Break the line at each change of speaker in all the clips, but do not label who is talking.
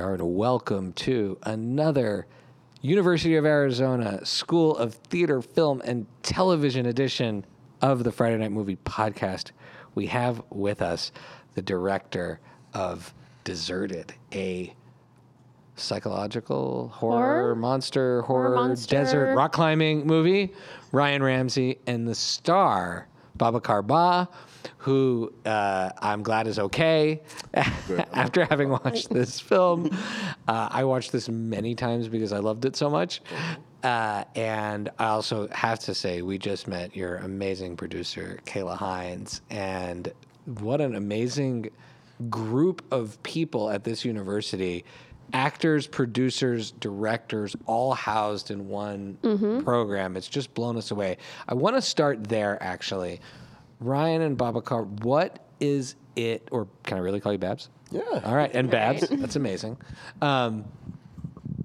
are to welcome to another University of Arizona School of Theater, Film, and Television edition of the Friday Night Movie Podcast. We have with us the director of Deserted, a psychological horror,
Horror?
monster horror,
monster.
desert rock climbing movie ryan ramsey and the star babacar ba who uh, i'm glad is okay after having watched this film uh, i watched this many times because i loved it so much uh, and i also have to say we just met your amazing producer kayla hines and what an amazing group of people at this university actors producers directors all housed in one program it's just blown us away i want to start there actually ryan and babacar what is it or can i really call you babs
Yeah.
all right and babs that's amazing um,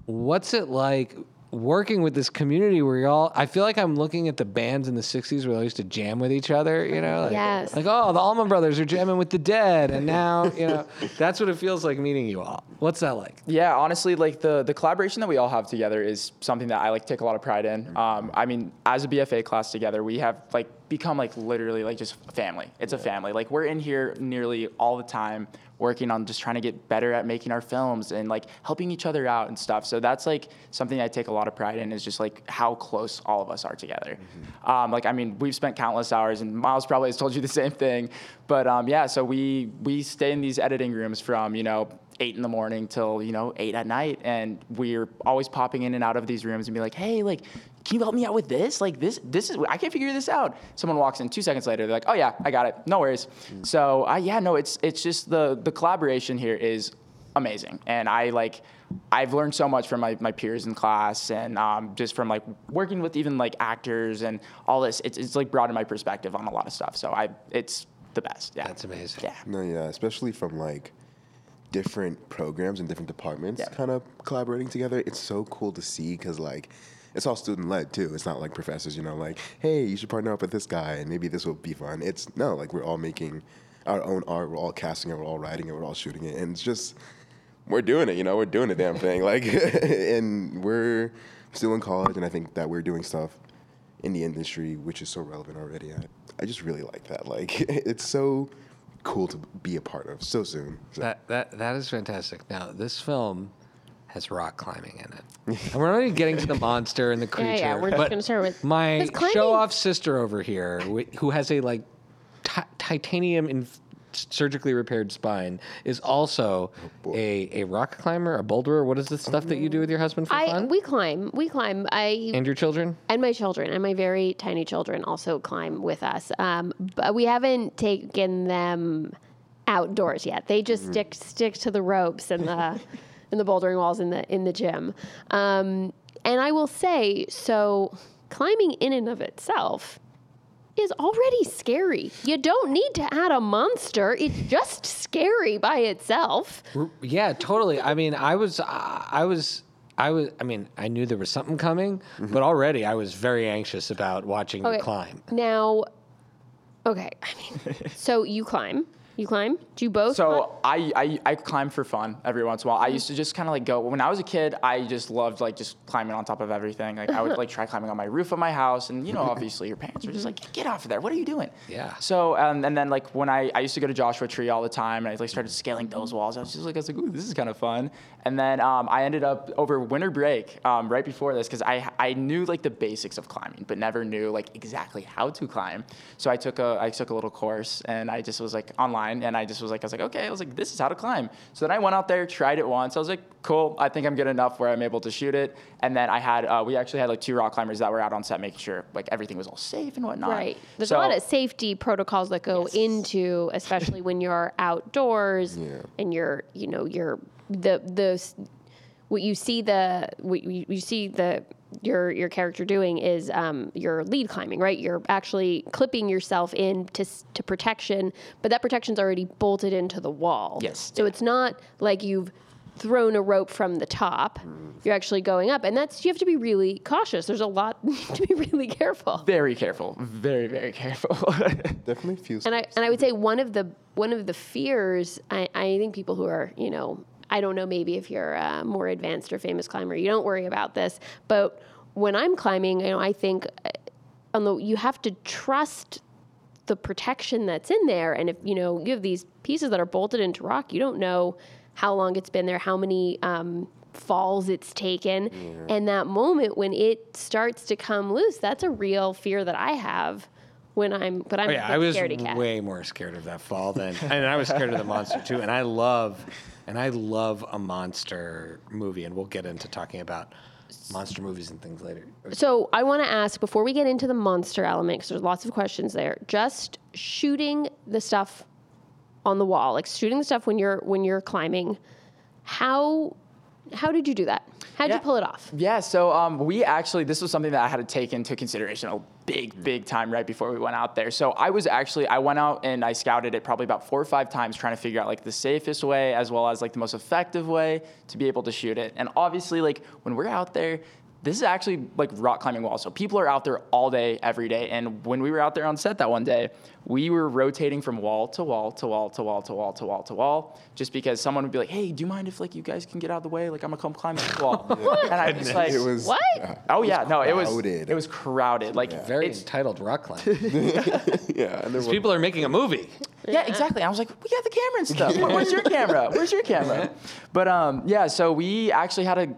what's it like working with this community where y'all i feel like i'm looking at the bands in the 60s where they used to jam with each other you know like,
Yes.
like oh the allman brothers are jamming with the dead and now you know that's what it feels like meeting you all what's that like
Yeah, honestly, like the the collaboration that we all have together is something that I like take a lot of pride in. Um, I mean, as a BFA class together, we have like become like literally like just family. It's a family. Like we're in here nearly all the time working on just trying to get better at making our films and like helping each other out and stuff. So that's like something I take a lot of pride in is just like how close all of us are together. Um, like I mean, we've spent countless hours and Miles probably has told you the same thing. But um, yeah, so we we stay in these editing rooms from, you know, eight in the morning till you know eight at night, and we're always popping in and out of these rooms and be like, hey, like, can you help me out with this? Like this, this is I can't figure this out. Someone walks in two seconds later, they're like, oh yeah, I got it, no worries.
Mm.
So uh, yeah, no, it's it's just the the collaboration here is amazing, and I like. I've learned so much from my, my peers in class and um, just from like working with even like actors and all this. It's, it's like broadened my perspective on a lot of stuff. So I it's the best. Yeah.
that's amazing
Yeah.
No, yeah, especially from like different programs and different departments
Yeah.
kind of collaborating together. It's so cool to see because like it's all student led too. It's not like professors, you know, like hey, you should partner up with this guy and maybe this will be fun. It's no, like we're all making our own art. We're all casting it. We're all writing it. We're all shooting it, and it's just we're doing it. You know, we're doing the damn thing. Like, and we're still in college, and I think that we're doing stuff in the industry, which is so relevant already. I, I just really like that. Like, it's so cool to be a part of so soon. So,
That that that is fantastic. Now this film has rock climbing in it, and we're not even getting to the monster and the creature.
Yeah, yeah, we're just
but
gonna start with-
my
'Cause climbing-
show-off sister over here, wh- who has a like ti- titanium in surgically repaired spine, is also a a rock climber, a boulderer. What is the stuff that you do with your husband for
I
fun
we climb, we climb. I
and your children?
and my children and my very tiny children also climb with us. Um, but we haven't taken them outdoors yet. They
Mm-hmm.
just stick stick to the ropes and the and the bouldering walls in the in the gym. Um, and I will say, so climbing in and of itself is already scary. You don't need to add a monster. It's just scary by itself.
R- Yeah, totally. I mean, I was, I I was, I was. I mean, I knew there was something coming, but already I was very anxious about watching you
Okay.
climb.
Now, okay, I mean, so you climb, you climb. Do you both? climb?
So I, I I climb for fun every once in a while. I used to just kind of like go when I was a kid. I just loved like just climbing on top of everything. Like I would like try climbing on my roof of my house, and you know obviously your parents are just like get off of there. What are you doing?
Yeah.
So um, and then like when I I used to go to Joshua Tree all the time, and I like started scaling those walls. I was just like I was like ooh this is kind of fun. And then um, I ended up over winter break um, right before this because I I knew like the basics of climbing, but never knew like exactly how to climb. So I took a I took a little course and I just was like online and I just was like I was like okay I was like this is how to climb. So then I went out there tried it once. I was like cool I think I'm good enough where I'm able to shoot it. And then I had uh, we actually had like two rock climbers that were out on set making sure like everything was all safe and whatnot.
Right. There's
So-
a lot of safety protocols that go into, especially when you're outdoors
Yeah.
and you're, you know, you're the the s- what you see the what you, you see the your your character doing is um, your lead climbing, right? You're actually clipping yourself in to s- to protection, but that protection's already bolted into the wall.
Yes.
So it's not like you've thrown a rope from the top.
Mm.
You're actually going up, and that's you have to be really cautious. There's a lot you have to be really careful.
very careful, very very careful.
definitely feels.
And I and I would say one of the one of the fears I, I think people who are you know I don't know maybe if you're a more advanced or famous climber, you don't worry about this. But when I'm climbing, you know, I think uh, on the you have to trust the protection that's in there. And if you know you have these pieces that are bolted into rock, you don't know how long it's been there, how many um, falls it's taken, and that moment when it starts to come loose, that's a real fear that I have when I'm. But I'm
Oh,
a
yeah,
big
I was
scaredy cat.
way more scared of that fall than, and I was scared of the monster too. And I love, and I love a monster movie, and we'll get into talking about monster movies and things later.
So I want to ask before we get into the monster element, because there's lots of questions there. Just shooting the stuff on the wall, like shooting the stuff when you're when you're climbing. How how did you do that? How did
Yeah.
you pull it off?
Yeah, so um, we actually, this was something that I had to take into consideration a big, big time right before we went out there. So I was actually, I went out and I scouted it probably about four or five times trying to figure out like the safest way as well as like the most effective way to be able to shoot it. And obviously, like when we're out there, this is actually like rock climbing wall. So people are out there all day, every day. And when we were out there on set that one day, we were rotating from wall to wall to wall to wall to wall to wall to wall, just because someone would be like, "Hey, do you mind if like you guys can get out of the way? Like I'm gonna come climb this wall." and I was just like,
It was
What?
"Oh yeah, no, it was
crowded.
it was crowded. Like
Very
it's,
entitled rock climb.
yeah, and there were
People are making a movie.
Yeah, exactly. I was like, we got the camera and stuff. Where- Where's your camera? Where's your camera? But um, yeah, so we actually had to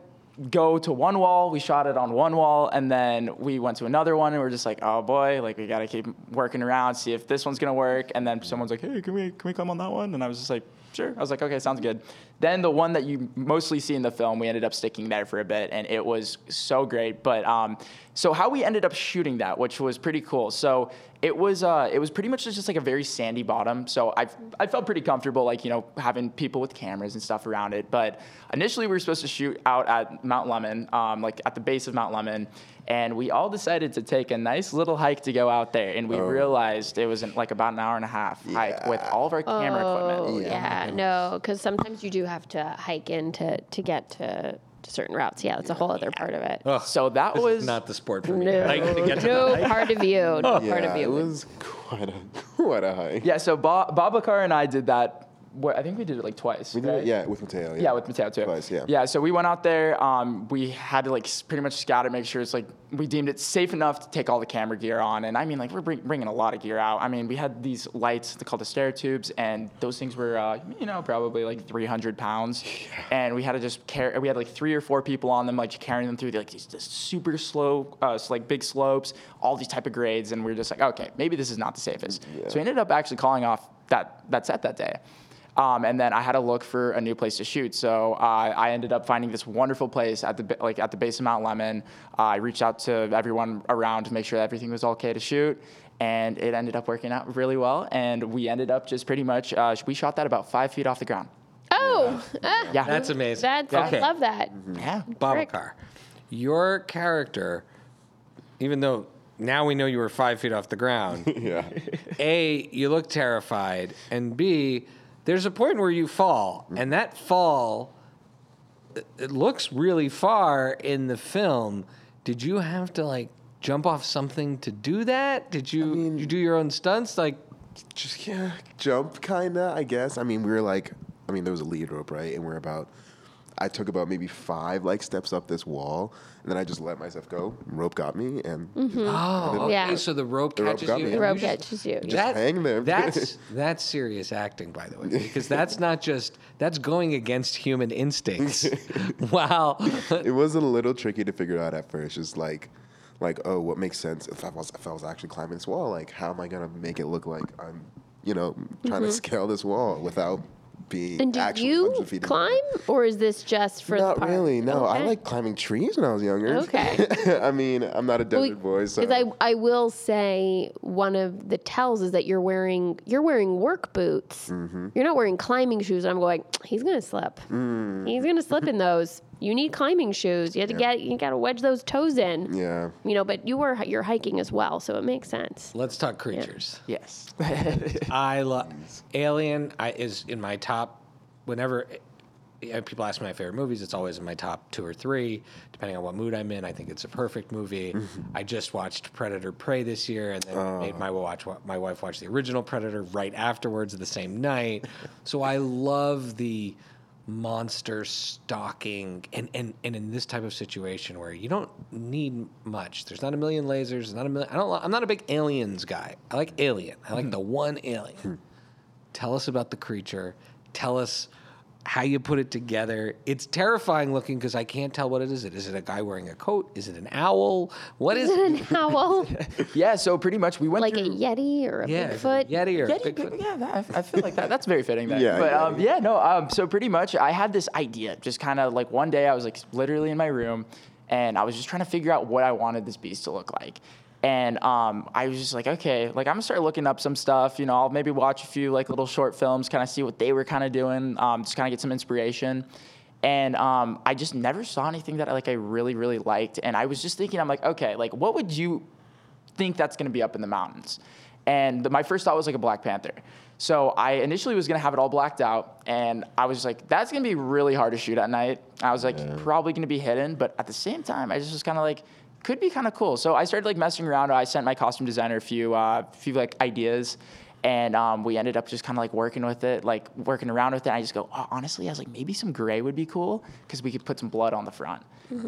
go to one wall. We shot it on one wall, and then we went to another one, and we are just like, oh boy, like we gotta keep working around, see if this one's gonna work. And then someone's like, hey, can we can we come on that one? And I was just like, sure. I was like, okay, sounds good. Then the one that you mostly see in the film, we ended up sticking there for a bit, and it was so great. But um, so how we ended up shooting that, which was pretty cool. So it was uh, it was pretty much just like a very sandy bottom. So I I felt pretty comfortable, like you know, having people with cameras and stuff around it. But initially, we were supposed to shoot out at Mount Lemon, um, like at the base of Mount Lemon, and we all decided to take a nice little hike to go out there.
Oh.
And we realized it was in, like about an hour and a half hike with all of our
uh,
camera equipment.
Oh yeah, no, because sometimes you do have to hike in to to get to, to certain routes. Yeah, that's a whole other part of it.
Ugh,
So that
this
was
is not the sport for me.
No,
Like, Oh. to get to
no
the- Oh.
part of you, no part
yeah,
of
it
you.
was quite a quite a high.
Yeah, so Bob, Babacar and I did that. What, I think we did it like twice.
we did
right?
it, yeah, with Mateo. Yeah,
Yeah, with Mateo too.
Twice, yeah.
Yeah, so we went out there. Um, we had to like s- pretty much scout it, make sure it's like we deemed it safe enough to take all the camera gear on. And I mean, like we're bring, bringing a lot of gear out. I mean, we had these lights they're called the stair tubes, and those things were uh, you know probably like 300 pounds, and we had to just carry. We had like three or four people on them, like just carrying them through like these, these super slow, uh, s- like big slopes, all these type of grades, and we were just like, okay, maybe this is not the safest. So we ended up actually calling off that that set that day. Um, and then I had to look for a new place to shoot. So uh, I ended up finding this wonderful place at the ba- like at the base of Mount Lemon. Uh, I reached out to everyone around to make sure everything was okay to shoot, and it ended up working out really well. And we ended up just pretty much uh, we shot that about five feet off the ground.
Oh, ah,
Yeah, Mm-hmm.
That's amazing.
that's I
Okay.
love that.
yeah.
Frick.
Babacar, your character, even though now we know you were five feet off the ground,
yeah.
A, you look terrified, and B, there's a point where you fall, and that fall it- it looks really far in the film. Did you have to like jump off something to do that? Did you you do your own stunts? Like
Just yeah, jump kinda. I guess. I mean, we were like, I mean, there was a lead rope, right? And we're about. I took about maybe five like steps up this wall, and then I just let myself go. Rope got me, and
oh,
Yeah.
okay, so the rope
rope
catches
got
you.
me.
and
The
The
you
rope
just-
catches you.
Just hang there.
That's that's serious acting, by the way, because that's not just that's going against human instincts. wow.
it was a little tricky to figure out at first. Just like, like, oh, what makes sense if I was if I was actually climbing this wall? Like, how am I gonna make it look like I'm, you know, trying to scale this wall without being
Mm-hmm. And do
actually
you
100 feet in the air?
climb, or is this just for
Not
the park?
really. No, I
Okay.
like climbing trees when I was younger.
Okay.
I mean, I'm not a desert boy, so
Because I, I will say one of the tells is that you're wearing you're wearing work boots.
Mm-hmm.
You're not wearing climbing shoes. And I'm going. He's gonna slip.
Mm.
He's gonna slip in those. You need climbing shoes. You have to get you gotta wedge those toes in.
yeah.
You know, but you were you're hiking as well, so it makes sense.
Let's talk creatures.
Yes.
I love Alien. I is in my top. Whenever eh, people ask me my favorite movies, it's always in my top two or three, depending on what mood I'm in. I think it's a perfect movie.
Mm-hmm.
I just watched Predator Prey this year, and then
Oh.
made my watch my wife watch the original Predator right afterwards the same night. so I love the monster stalking and, and and in this type of situation where you don't need much there's not a million lasers there's not a million i don't li- i'm not a big aliens guy i like alien i like the one alien tell us about the creature tell us how you put it together it's terrifying looking because i can't tell what it is it is it a guy wearing a coat is it an owl what is it
an owl,
Yeah, so pretty much we went
like a
through-
yeti or a
yeah is it a
Bigfoot.
yeti or a
Yeah, you
bigfoot
could- yeah, that, I feel like that. That's very fitting. Then.
Yeah,
but
yeah,
um, yeah, no. Um, so pretty much, I had this idea, just kind of like one day, I was like literally in my room, and I was just trying to figure out what I wanted this beast to look like. And um, I was just like, okay, like I'm gonna start looking up some stuff. You know, I'll maybe watch a few like little short films, kind of see what they were kind of doing, um, just kind of get some inspiration. And um, I just never saw anything that I like I really really liked. And I was just thinking, I'm like, okay, like what would you think that's going to be up in the mountains. And the, my first thought was like a Black Panther. So I initially was going to have it all blacked out, and I was just like, that's going to be really hard to shoot at night. I was like, probably going to be hidden, but at the same time, I just was kind of like, could be kind of cool. So I started like messing around. I sent my costume designer a few, uh, few like ideas. And um, we ended up just kind of like working with it, like working around with it. I just go, oh, honestly, I was like, maybe some gray would be cool because we could put some blood on the front.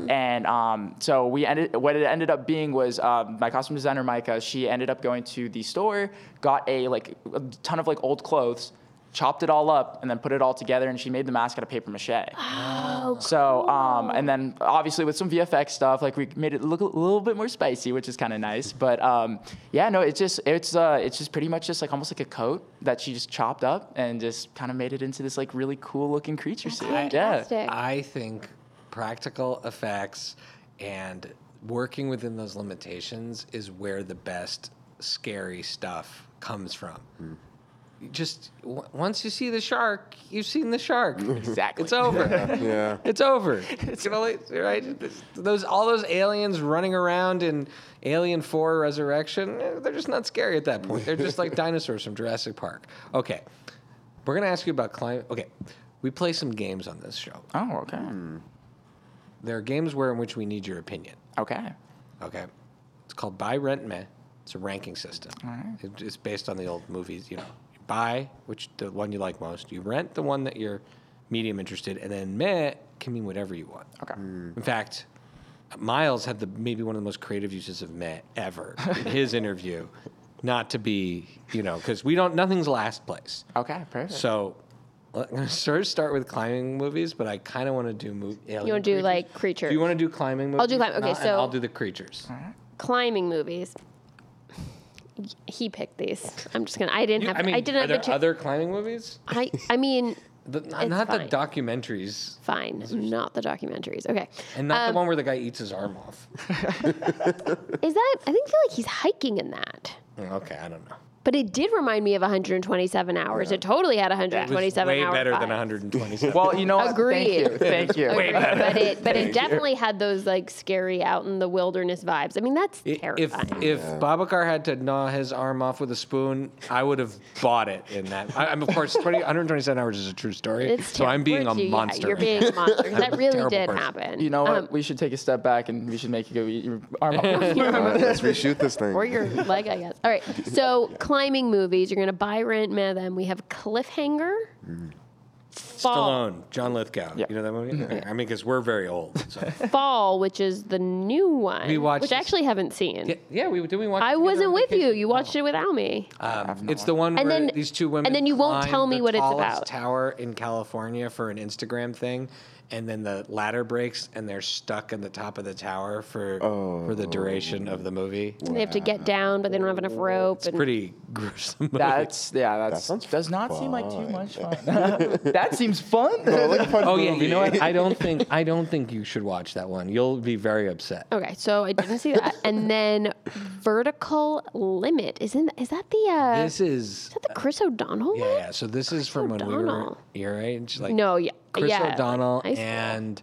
And um, so we ended. What it ended up being was um, my costume designer Micah. She ended up going to the store, got a like a ton of like old clothes, chopped it all up, and then put it all together. And she made the mask out of paper mache.
Oh,
So, um, and then obviously with some VFX stuff, like we made it look a little bit more spicy, which is kind of nice. But um, yeah, no, it's just it's uh, it's just pretty much just like almost like a coat that she just chopped up and just kind of made it into this like really cool looking creature suit.
Fantastic.
I think practical effects and working within those limitations is where the best scary stuff comes from. You Just w- once you see the shark, you've seen the shark.
Yeah, exactly.
It's over.
Yeah.
It's over. It's gonna like, right. This- Those all those aliens running around in Alien Four Resurrection, eh, they're just not scary at that point. They're just like dinosaurs from Jurassic Park. Okay, we're gonna ask you about climate. Okay, we play some games on this show.
oh, okay,
There are games where in which we need your opinion.
okay.
Okay, it's called buy, rent, meh. It's a ranking system. It- It's based on the old movies. You know, you buy which the one you like most. You rent the one that you're medium interested, and then meh can mean whatever you want.
Okay.
In fact, Miles had the maybe one of the most creative uses of meh ever in his interview. Not to be, you know, because we don't. Nothing's last place.
Okay, perfect.
So I'm gonna sort of start with climbing movies, but I kind of want to do move. You
wanna do, like,
Do you
creatures?
want to do climbing movies?
I'll do climb- okay,
And I'll
so-
do the creatures.
Climbing movies. He picked these. I'm just gonna. I didn't
You-
have.
I mean,
didn't
are
have the
there
cha-
other climbing movies?
I. I mean,
The, not
It's
not the
fine.
documentaries,
fine. Not the documentaries. Okay.
and not
Um,
the one where the guy eats his arm off.
Is that? I think feel like he's hiking in that.
okay, I don't know.
But it did remind me of 127 hours. It totally had
It was
127
way
hour
better than
vibes.
127.
well, you know, what?
Agreed.
Thank you. Thank you.
Agreed. But it, but it definitely had those like scary out in the wilderness vibes. I mean, that's
I- if
terrifying.
if Babacar had to gnaw his arm off with a spoon, I would have bought it in that. I, I'm of course 20, 127 hours is a true story,
it's
so I'm being
terrible.
a
Yeah,
monster.
you're being a monster. 'cause that really
terrible
did
person.
happen.
You know what?
Um,
we should take a step back and we should make you go eat your arm off.
All right, Uh, let's reshoot this thing.
or your leg, I guess. All right. So climbing movies, you're gonna buy rent, meh, them. We have cliffhanger.
Mm-hmm.
Fall,
Stallone, John Lithgow.
Yeah.
You know that movie? Okay, I mean, because we're very old. So.
fall, which is the new one,
We watched
which I
this-
actually haven't seen.
yeah, yeah, we did. We watch. it
I
together on
wasn't with you.
vacation?
You watched it without me.
Um, it's the one where
And then-
these two women.
and then you won't
climb
tell me
the
what it's
tallest
about.
Tower in California for an Instagram thing, and then the ladder breaks, and they're stuck in the top of the tower for for the duration of the movie.
and they have to get down, but they don't have enough rope.
It's
and
pretty gruesome. Movie.
That's yeah. That's
sounds
does not seem like too
fun.
much fun. that seems fun.
Oh yeah, you know what? I don't think I don't think you should watch that one. You'll be very upset.
Okay, so I didn't see that. and then vertical limit isn't is that the uh,
This is
is that the Chris O'Donnell
yeah,
one?
yeah. So this is from when we were
O'Donnell.
your age, like
No, yeah,
Chris
yeah, like
O'Donnell
high school.
and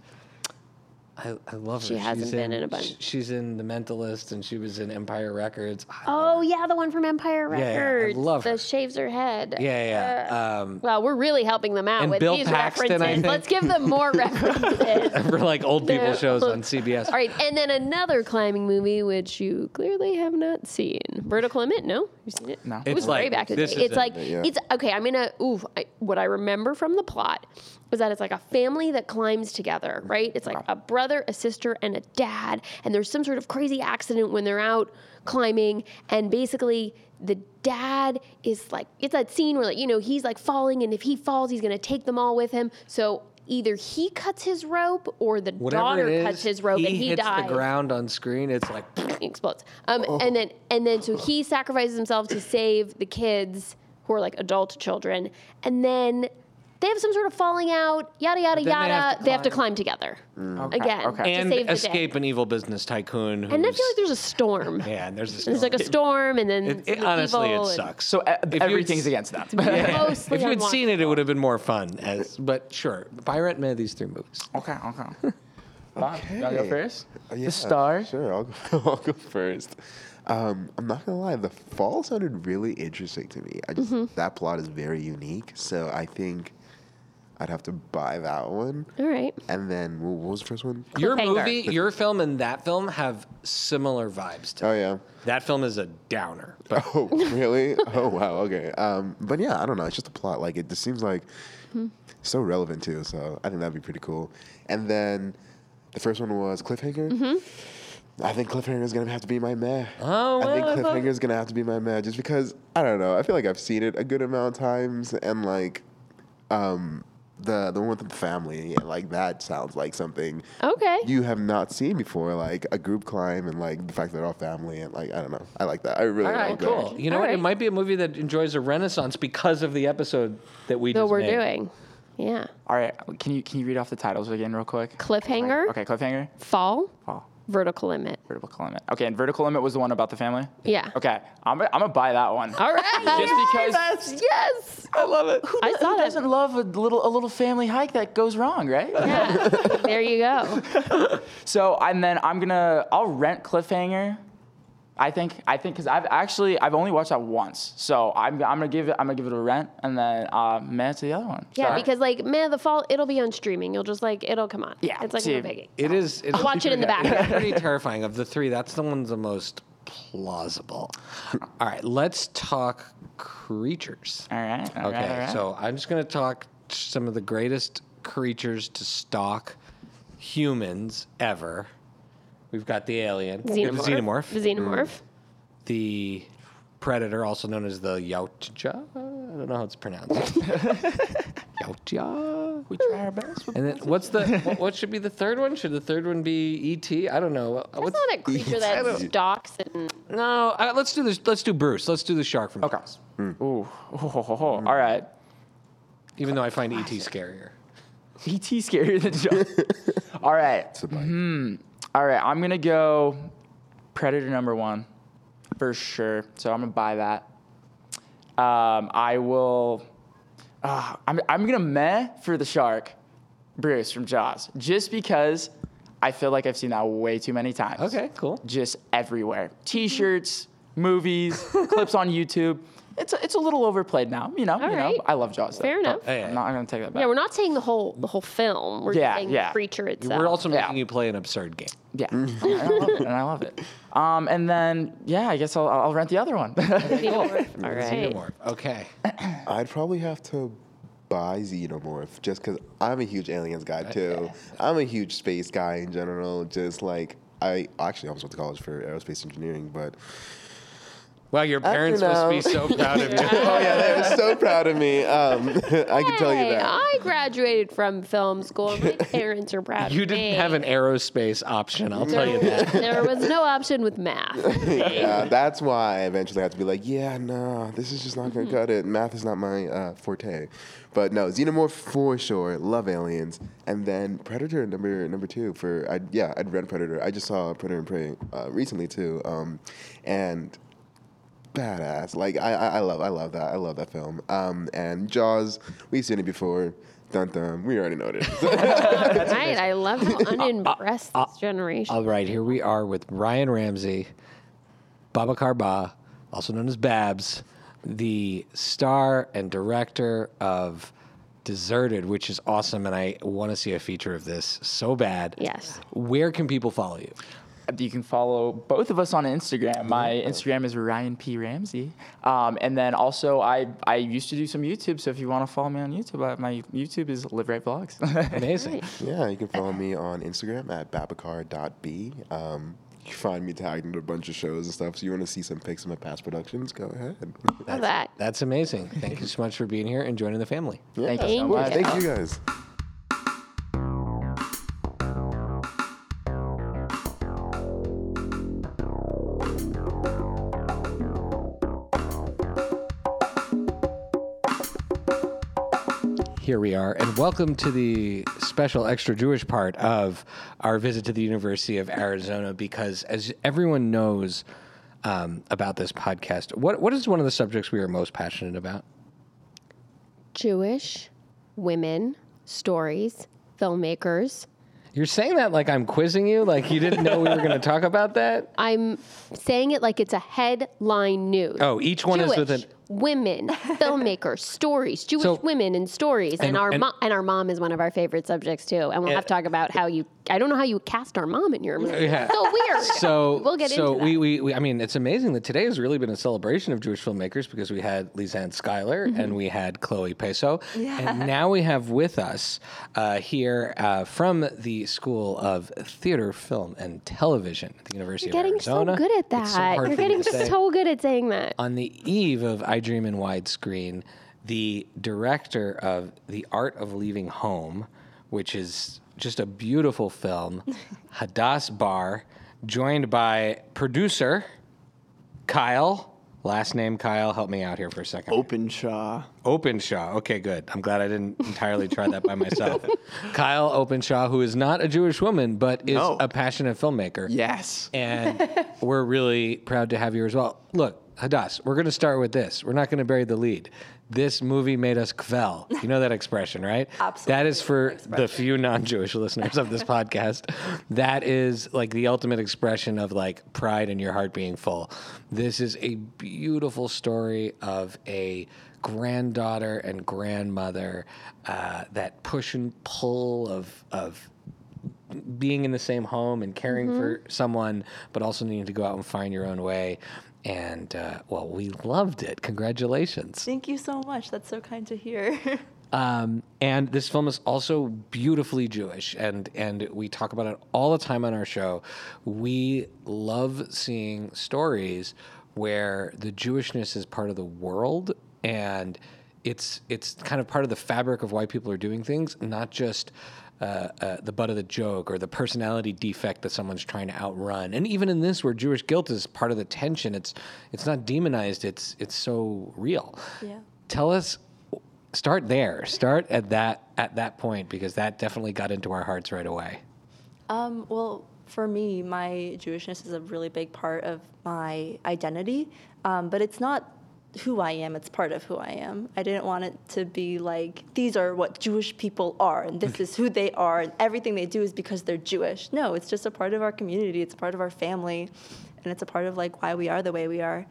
I, I love her.
She hasn't
She's
been in a bunch.
sh- She's in The Mentalist and she was in Empire Records. I
Oh yeah, the one from Empire
Yeah, yeah, I
Records.
love her.
The shaves her head. Uh,
Yeah, yeah. Um,
Well, we're really helping them out
And
with
Bill
these
Paxton, I
references.
think.
Let's give them more references.
for like old people
They're-
shows on CBS.
All right, and then another climbing movie which you clearly have not seen. Vertical Limit? No, you seen it?
No.
it was
It's
way
like-
back in the
this
day.
is
It's
it,
like
yeah.
it's okay. I'm gonna oof. I, what I remember from the plot was that it's like a family that climbs together, right? It's like a brother, a sister, and a dad. And there's some sort of crazy accident when they're out climbing. And basically, the dad is like, it's that scene where, like, you know, he's like falling, and if he falls, he's going to take them all with him. So either he cuts his rope or the
Whatever
daughter
it is,
cuts his rope
he
and he
hits
dies
the ground Oh. on screen. It's like
he explodes. Um, And then and then so he sacrifices himself to save the kids who are like adult children, and then they have some sort of falling out. Yada yada
then they
yada.
have to Mm.
climb together
Okay,
again
okay.
to
and
save the
escape
day.
an evil business tycoon. Who's,
And I feel like there's a storm.
yeah, and there's this.
There's like a storm, and then
It, it-
the
honestly, it
evil and-
sucks. uh,
So e-
If you'd
everything's
s-
against that.
Mostly
If you had
unwatchable.
seen it, it would have been more fun. As but sure, Pirate made these three movies.
Okay, okay. Bob, you wanna go
Okay.
first?
Uh, yeah,
the star.
Sure, I'll go, I'll go first. Um, I'm not gonna lie, the fall sounded really interesting to me. I just
Mm-hmm.
that plot is very unique, so I think I'd have to buy that one.
All right.
And then wh- what was the first one?
Your
Cliffhanger.
movie, your film, and that film have similar vibes. To
Oh
me.
yeah.
That film is a downer. But
Oh really? oh wow. Okay. Um, but yeah, I don't know. It's just a plot. Like it just seems like
Hmm.
so relevant too. So I think that'd be pretty cool. And then the first one was cliffhanger. I think cliffhanger is gonna have to be my meh.
Mm-hmm. Oh,
I think
well, I thought-
cliffhanger is gonna have to be my meh, just because I don't know. I feel like I've seen it a good amount of times, and like, um, the the one with the family, and like that sounds like something
Okay.
you have not seen before, like a group climb and like the fact that they're all family and like I don't know. I like that. I really
all right,
like
cool. You know
All
what? It
right.
might be a movie that enjoys a renaissance because of the episode that we
so
just
we're
made.
doing, yeah.
All right, can you can you read off the titles again real quick?
Cliffhanger,
Okay, cliffhanger.
fall,
Fall.
vertical limit.
Vertical limit. Okay, and vertical limit was the one about the family.
Yeah.
Okay, I'm I'm gonna buy that one.
All right.
Just because-
yes. yes.
I love it. Who,
I
do-
saw
who
that.
doesn't love a little a little family hike that goes wrong, right?
Yeah. there you go.
So and then I'm gonna I'll rent Cliffhanger. I think I think because I've actually I've only watched that once, so I'm, I'm gonna give it I'm gonna give it a rent and then uh, man to the other one.
Yeah,
So-
because like man, the fall it'll be on streaming. You'll just like it'll come on.
Yeah,
it's like
see,
no biggie.
It is. It is
Watch it in the
pretty-
back.
It's pretty terrifying. Of the three, that's the one the most plausible. All right, let's talk creatures.
all right, all right,
Okay,
all right.
so I'm just going to talk some of the greatest creatures to stalk humans ever. We've got the alien,
Xenomorph.
the xenomorph,
The xenomorph.
the predator, also known as the yautja. I don't know how it's pronounced. yautja.
we try our best. with-
And then what's the what, what should be the third one? Should the third one be ET? I don't know. What-
That's
what's-
not a creature that stalks and
no, uh, let's do this. Let's do Bruce. Let's do the shark from.
Okay.
Jaws,
Ooh. All right.
Even though I find ET scarier.
ET scarier than Jaws. All right. Hmm. All right. I'm gonna go Predator number one for sure. So I'm gonna buy that. Um, I will. Uh, I'm I'm gonna meh for the shark, Bruce from Jaws, just because I feel like I've seen that way too many times.
Okay, cool.
Just everywhere. T-shirts,
Mm-hmm.
movies, clips on YouTube. It's a, it's a little overplayed now. You know. you know.
right.
I love Jaws. though.
Fair
Don't-
enough.
Hey, hey.
I'm not gonna take that back.
yeah, we're not saying the whole the whole film. We're
Yeah,
just saying
yeah.
the creature itself.
We're also
Yeah.
making you play an absurd game.
Yeah,
Mm.
and I love it. And, I love it. Um, and then yeah, I guess I'll, I'll rent the other one.
Xenomorph. All right.
Xenomorph. Okay.
that. I'd probably have to buy Xenomorph just because I'm a huge aliens guy too. I'm a huge space guy in general. Just like I actually almost went to college for aerospace engineering, but
Well, your parents must be so proud of you.
oh yeah, they were so proud of me. Um, I can tell you
Hey,
that.
I graduated from film school. My parents are proud.
You
of me.
didn't have an aerospace option. I'll tell you that.
there was no option with math.
yeah, that's why I eventually had to be like, yeah, no, this is just not gonna cut it. Math is not my uh, forte. But no, Xenomorph for sure. Love aliens, and then Predator number number two for I yeah I'd read Predator. I just saw Predator and Prey uh, recently too, um, and badass. Like I, I I love I love that I love that film. Um, and Jaws, we've seen it before. Dun dun, we already know what it. is.
right. I love
Uh,
how unimpressed this generation.
All right, here we are with Ryan Ramsey, Baba Karba, also known as Babs, the star and director of Deserted, which is awesome, and I want to see a feature of this so bad.
Yes.
Where can people follow you?
you can follow both of us on Instagram. My Instagram is Ryan P Ramsey, um, and then also I I used to do some YouTube. So if you want to follow me on YouTube, I, my YouTube is Live Right Vlogs.
Amazing.
Yeah, you can follow me on Instagram at babacar.b. Um, you can find me tagged in a bunch of shows and stuff. So you want to see some pics of my past productions? Go ahead.
Love that.
That's amazing. Thank you so much for being here and joining the family.
Yeah,
Thank
of
you so
Thank
much.
course. Thank you guys.
Here we are, and welcome to the special extra Jewish part of our visit to the University of Arizona. Because, as everyone knows um, about this podcast, what what is one of the subjects we are most passionate about?
Jewish women stories, filmmakers.
You're saying that like I'm quizzing you, like you didn't know we were going to talk about that.
I'm saying it like it's a headline news.
Oh, each one
Jewish
is with an
women, filmmakers, stories, Jewish
So-
women and stories, and,
and-
our
and-
mo- and our mom is one of our favorite subjects too. And we'll have to talk about how you. I don't know how you cast our mom in your movie.
Yeah.
So weird.
So
we'll get
so
into that.
We, we we I mean it's amazing that today has really been a celebration of Jewish filmmakers because we had Lizanne Schuyler
Mm-hmm.
and we had Chloe Peso and now we have with us uh, here uh, from the School of Theater, Film, and Television at the University
You're getting
of Arizona.
so good at that.
It's so hard
You're
for me
getting
to say.
so good at saying that.
on the eve of I Dream in Widescreen, the director of The Art of Leaving Home, which is just a beautiful film, Hadass Bar, joined by producer Kyle. Last name Kyle, help me out here for a second.
Openshaw.
Openshaw. Okay, good. I'm glad I didn't entirely try that by myself. Kyle Openshaw, who is not a Jewish woman, but is
No.
a passionate filmmaker.
Yes.
And we're really proud to have you as well. Look, Hadass, we're going to start with this. We're not going to bury the lead. This movie made us kvel. You know that expression, right?
Absolutely.
That is for the few non-Jewish listeners of this podcast. That is like the ultimate expression of like pride in your heart being full. This is a beautiful story of a granddaughter and grandmother uh, that push and pull of of being in the same home and caring for someone, but also needing to go out and find your own way. And uh, well, we loved it. Congratulations.
Thank you so much. That's so kind to hear.
Um, and this film is also beautifully Jewish, and and we talk about it all the time on our show. We love seeing stories where the Jewishness is part of the world, and it's it's kind of part of the fabric of why people are doing things, not just. Uh, uh, the butt of the joke or the personality defect that someone's trying to outrun, and even in this, where Jewish guilt is part of the tension, it's it's not demonized. It's it's so real.
Yeah.
Tell us start there start at that at that point because that definitely got into our hearts right away
Um, well, for me, my Jewishness is a really big part of my identity, um, but it's not who I am, it's part of who I am. I didn't want it to be like, these are what Jewish people are, and this is who they are, and everything they do is because they're Jewish. No, it's just a part of our community, it's a part of our family, and it's a part of like why we are the way we are.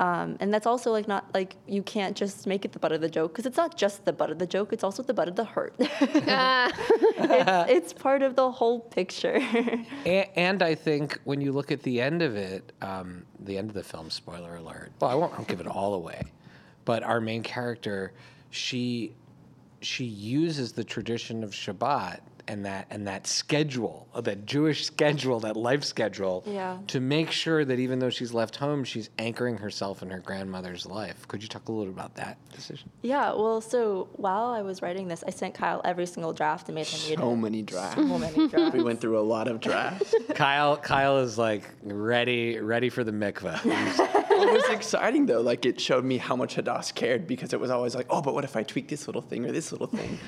Um, and that's also like not like you can't just make it the butt of the joke because it's not just the butt of the joke, it's also the butt of the hurt. it's, it's part of the whole picture.
and, and i think when you look at the end of it um, the end of the film spoiler alert well i won't I'll give it all away but our main character she she uses the tradition of shabbat and that and that schedule uh, that jewish schedule that life schedule
Yeah.
to make sure that even though she's left home she's anchoring herself in her grandmother's life could you talk a little about that decision
Yeah, well, so while I was writing this, I sent Kyle every single draft and made him read
So
it.
many drafts.
So many drafts.
we went through a lot of drafts.
Kyle, Kyle is like ready, ready for the mikvah.
it was exciting though. Like it showed me how much Hadass cared because it was always like, oh, but what if I tweak this little thing or this little thing?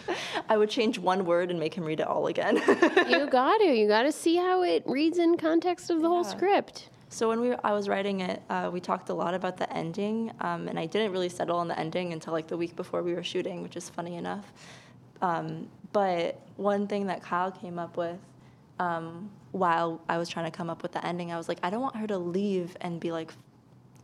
I would change one word and make him read it all again.
you got to. You got to see how it reads in context of the whole script.
so when we, I was writing it, uh, we talked a lot about the ending, um, and I didn't really settle on the ending until like the week before we were shooting, which is funny enough. Um, but one thing that Kyle came up with um, while I was trying to come up with the ending, I was like, I don't want her to leave and be like,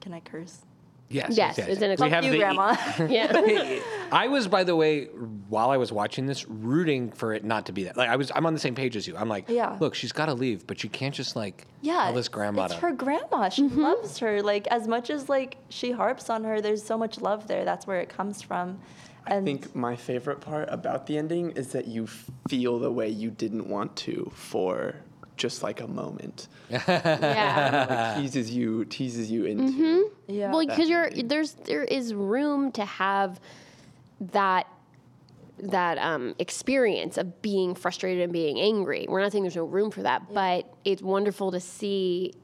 can I curse?
Yes.
Yes, it's in a
We
club.
have
you,
the- e
Grandma.
Yeah.
I was, by the way, while I was watching this, rooting for it not to be that. Like I was, I'm on the same page as you. I'm like,
Yeah.
look, she's got to leave, but you can't just like
yeah,
tell this grandma.
It's
to-
her grandma. She loves her. Like as much as like she harps on her, there's so much love there. That's where it comes from. And
I think my favorite part about the ending is that you feel the way you didn't want to for just like a moment.
yeah.
Like teases you, teases you into.
yeah,
Well, because you're there's there is room to have that that um, experience of being frustrated and being angry. We're not saying there's no room for that, but it's wonderful to see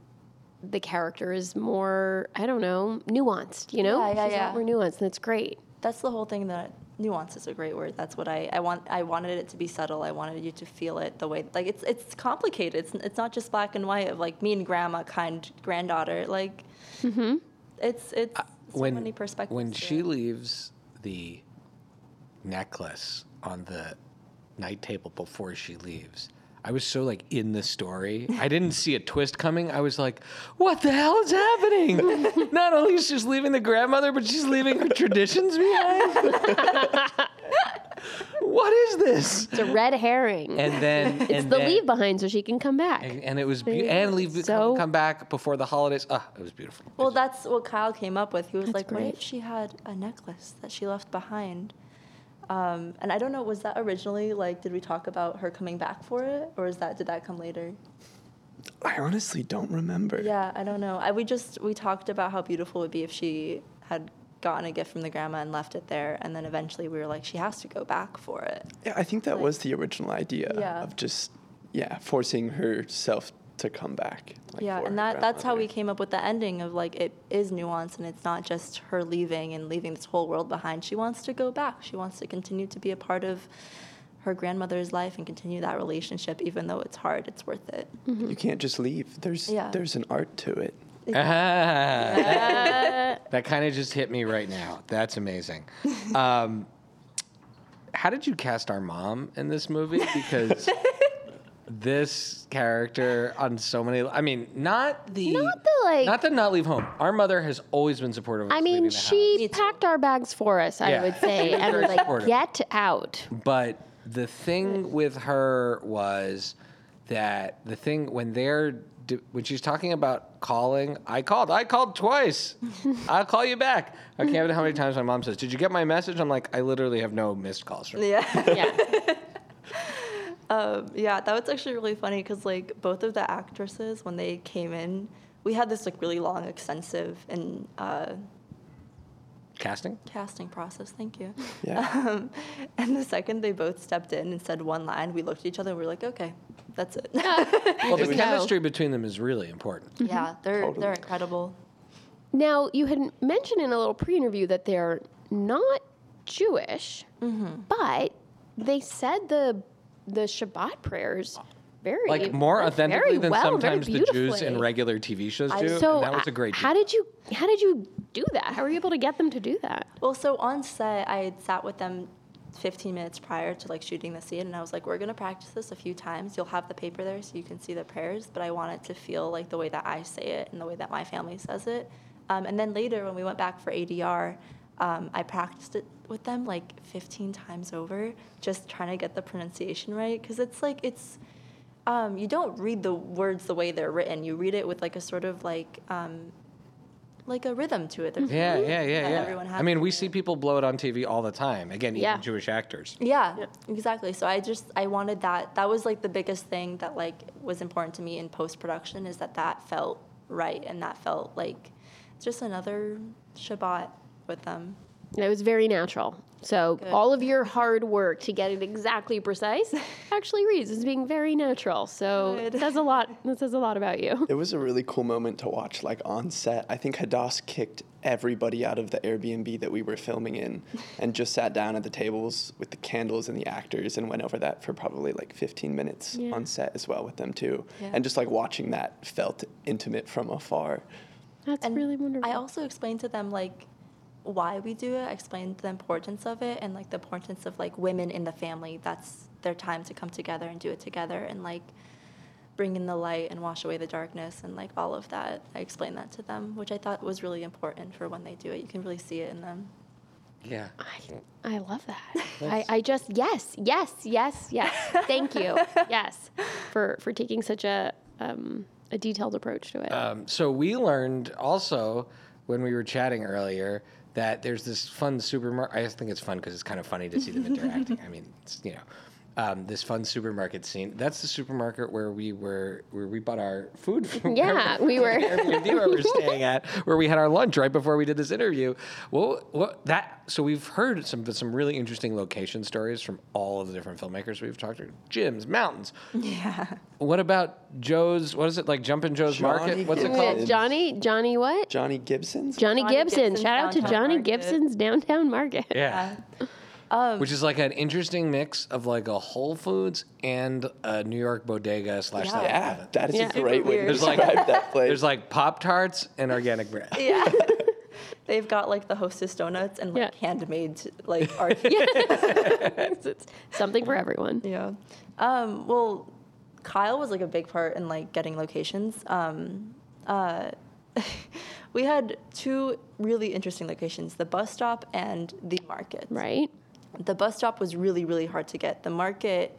the character is more I don't know nuanced. You know,
Yeah, yeah,
she's a
yeah.
lot more nuanced, and it's great.
that's the whole thing that nuance is a great word that's what I, I want i wanted it to be subtle i wanted you to feel it the way like it's it's complicated it's, it's not just black and white of like me and grandma kind granddaughter like it's it's so many perspectives
When
to
she
it.
leaves the necklace on the night table before she leaves, I was so like in the story. I didn't see a twist coming. I was like, what the hell is happening? Not only is she leaving the grandmother, but she's leaving her traditions behind. what is this?
It's a red herring.
And then
it's the leave behind, so she can come back.
And, and it was
you
be-
go.
and leave
So-
come, come back before the holidays. Ah, it was beautiful.
well that's what kyle came up with he was like what
great.
if she had a necklace that she left behind um, and i don't know was that originally like did we talk about her coming back for it or is that did that come later
I honestly don't remember.
Yeah, I don't know. I, we just we talked about how beautiful it would be if she had gotten a gift from the grandma and left it there, and then eventually we were like, she has to go back for it.
Yeah, I think that was the original idea
Yeah.
of just yeah forcing herself to come back. like,
yeah,
for
and
her
that that's how we
grandmother.
came up with the ending of like it is nuanced and it's not just her leaving and leaving this whole world behind. She wants to go back. She wants to continue to be a part of her grandmother's life and continue that relationship, even though it's hard. It's worth it.
You can't just leave. There's
Yeah.
there's an art to it.
Ah, that kind of just hit me right now. That's amazing. Um, how did you cast our mom in this movie? Because this character on so many. I mean, not the
Not the, like-
not the not leave home. Our mother has always been supportive. Of
I
us
mean,
leaving the house.
she packed our bags for us, I
Yeah.
would say, and
very
was like,
supportive.
get out.
But the thing with her was that the thing when they're d- when she's talking about calling, I called. I called twice. I'll call you back. I can't even know how many times my mom says, "Did you get my message?" I'm like, I literally have no missed calls from. you."
Yeah. Um,
Yeah.
Yeah, that was actually really funny because like both of the actresses when they came in, we had this like really long, extensive and uh,
Casting.
casting process. Thank you.
Yeah.
Um, and the second they both stepped in and said one line, we looked at each other and we were like, okay, that's it.
Well, the
was-
chemistry between them is really important.
yeah, they're they're
Totally.
incredible.
Now, you had mentioned in a little pre-interview that they're not Jewish,
Mm-hmm.
but they said the the Shabbat prayers very
Like more
very
authentically than
well, very
sometimes the Jews in
beautifully.
regular TV shows do.
So
and that was a great.
how did you how did you do that? How were you able to get them to do that?
Well, so on set, I had sat with them 15 minutes prior to like shooting the scene, and I was like, "We're gonna practice this a few times. You'll have the paper there, so you can see the prayers. But I want it to feel like the way that I say it and the way that my family says it." Um, and then later, when we went back for ADR, um, I practiced it with them like 15 times over, just trying to get the pronunciation right, because it's like it's um, you don't read the words the way they're written. You read it with like a sort of like um, like a rhythm to it. There's a
Yeah,
rhythm
yeah, yeah,
that
yeah.
everyone has
I mean,
to
we
it.
see people blow it on TV all the time. Again,
Yeah.
even Jewish actors.
Yeah, exactly. So I just I wanted that. That was like the biggest thing that like was important to me in post production is that that felt right and that felt like just another Shabbat with them.
It was very natural. So all of your hard work to get it exactly precise actually reads as being very natural. So it
Good.
says a lot. That says a lot about you.
It was a really cool moment to watch, like on set. I think Hadass kicked everybody out of the Airbnb that we were filming in and just sat down at the tables with the candles and the actors and went over that for probably like 15 minutes
Yeah.
on set as well with them too.
Yeah.
And just like watching that felt intimate from afar.
That's really wonderful.
I also explained to them like why we do it. I explained the importance of it and like the importance of like women in the family. That's their time to come together and do it together and like bring in the light and wash away the darkness and like all of that. I explained that to them, which I thought was really important for when they do it. You can really see it in them.
Yeah.
I love that. I, I just yes, yes, yes, yes. Thank you. yes. For for taking such a um, a detailed approach to it.
Uh,
Um, so we learned also when we were chatting earlier that there's this fun supermarket. I just think it's fun because it's kind of funny to see them interacting. I mean, it's, you know, um, this fun supermarket scene. That's the supermarket where we were, where we bought our food. From
yeah, we were
Airbnb where we were staying at, where we had our lunch right before we did this interview. Well, what that? So we've heard some some really interesting location stories from all of the different filmmakers we've talked to. Gyms, mountains.
Yeah.
What about Joe's? What is it like? Jumpin' Joe's Market.
Johnny
What's it called?
Gibbons.
Johnny Johnny what?
Johnny Gibson's.
Johnny,
Johnny
Gibson.
Gibson's
Shout out to
downtown
Johnny
market.
Gibson's downtown market.
Yeah. Which is like an interesting mix of like a Whole Foods and a New York bodega slash
Yeah.
7
Yeah, that is
Yeah.
a great way to
There's
like-
describe that place.
There's like Pop Tarts and organic bread.
Yeah. They've got like the hostess donuts and like
Yeah.
handmade like art.
It's- it's something for everyone.
Yeah. Um, well, Kyle was like a big part in like getting locations. Um, uh, we had two really interesting locations: the bus stop and the market.
Right?
The bus stop was really, really hard to get. The market.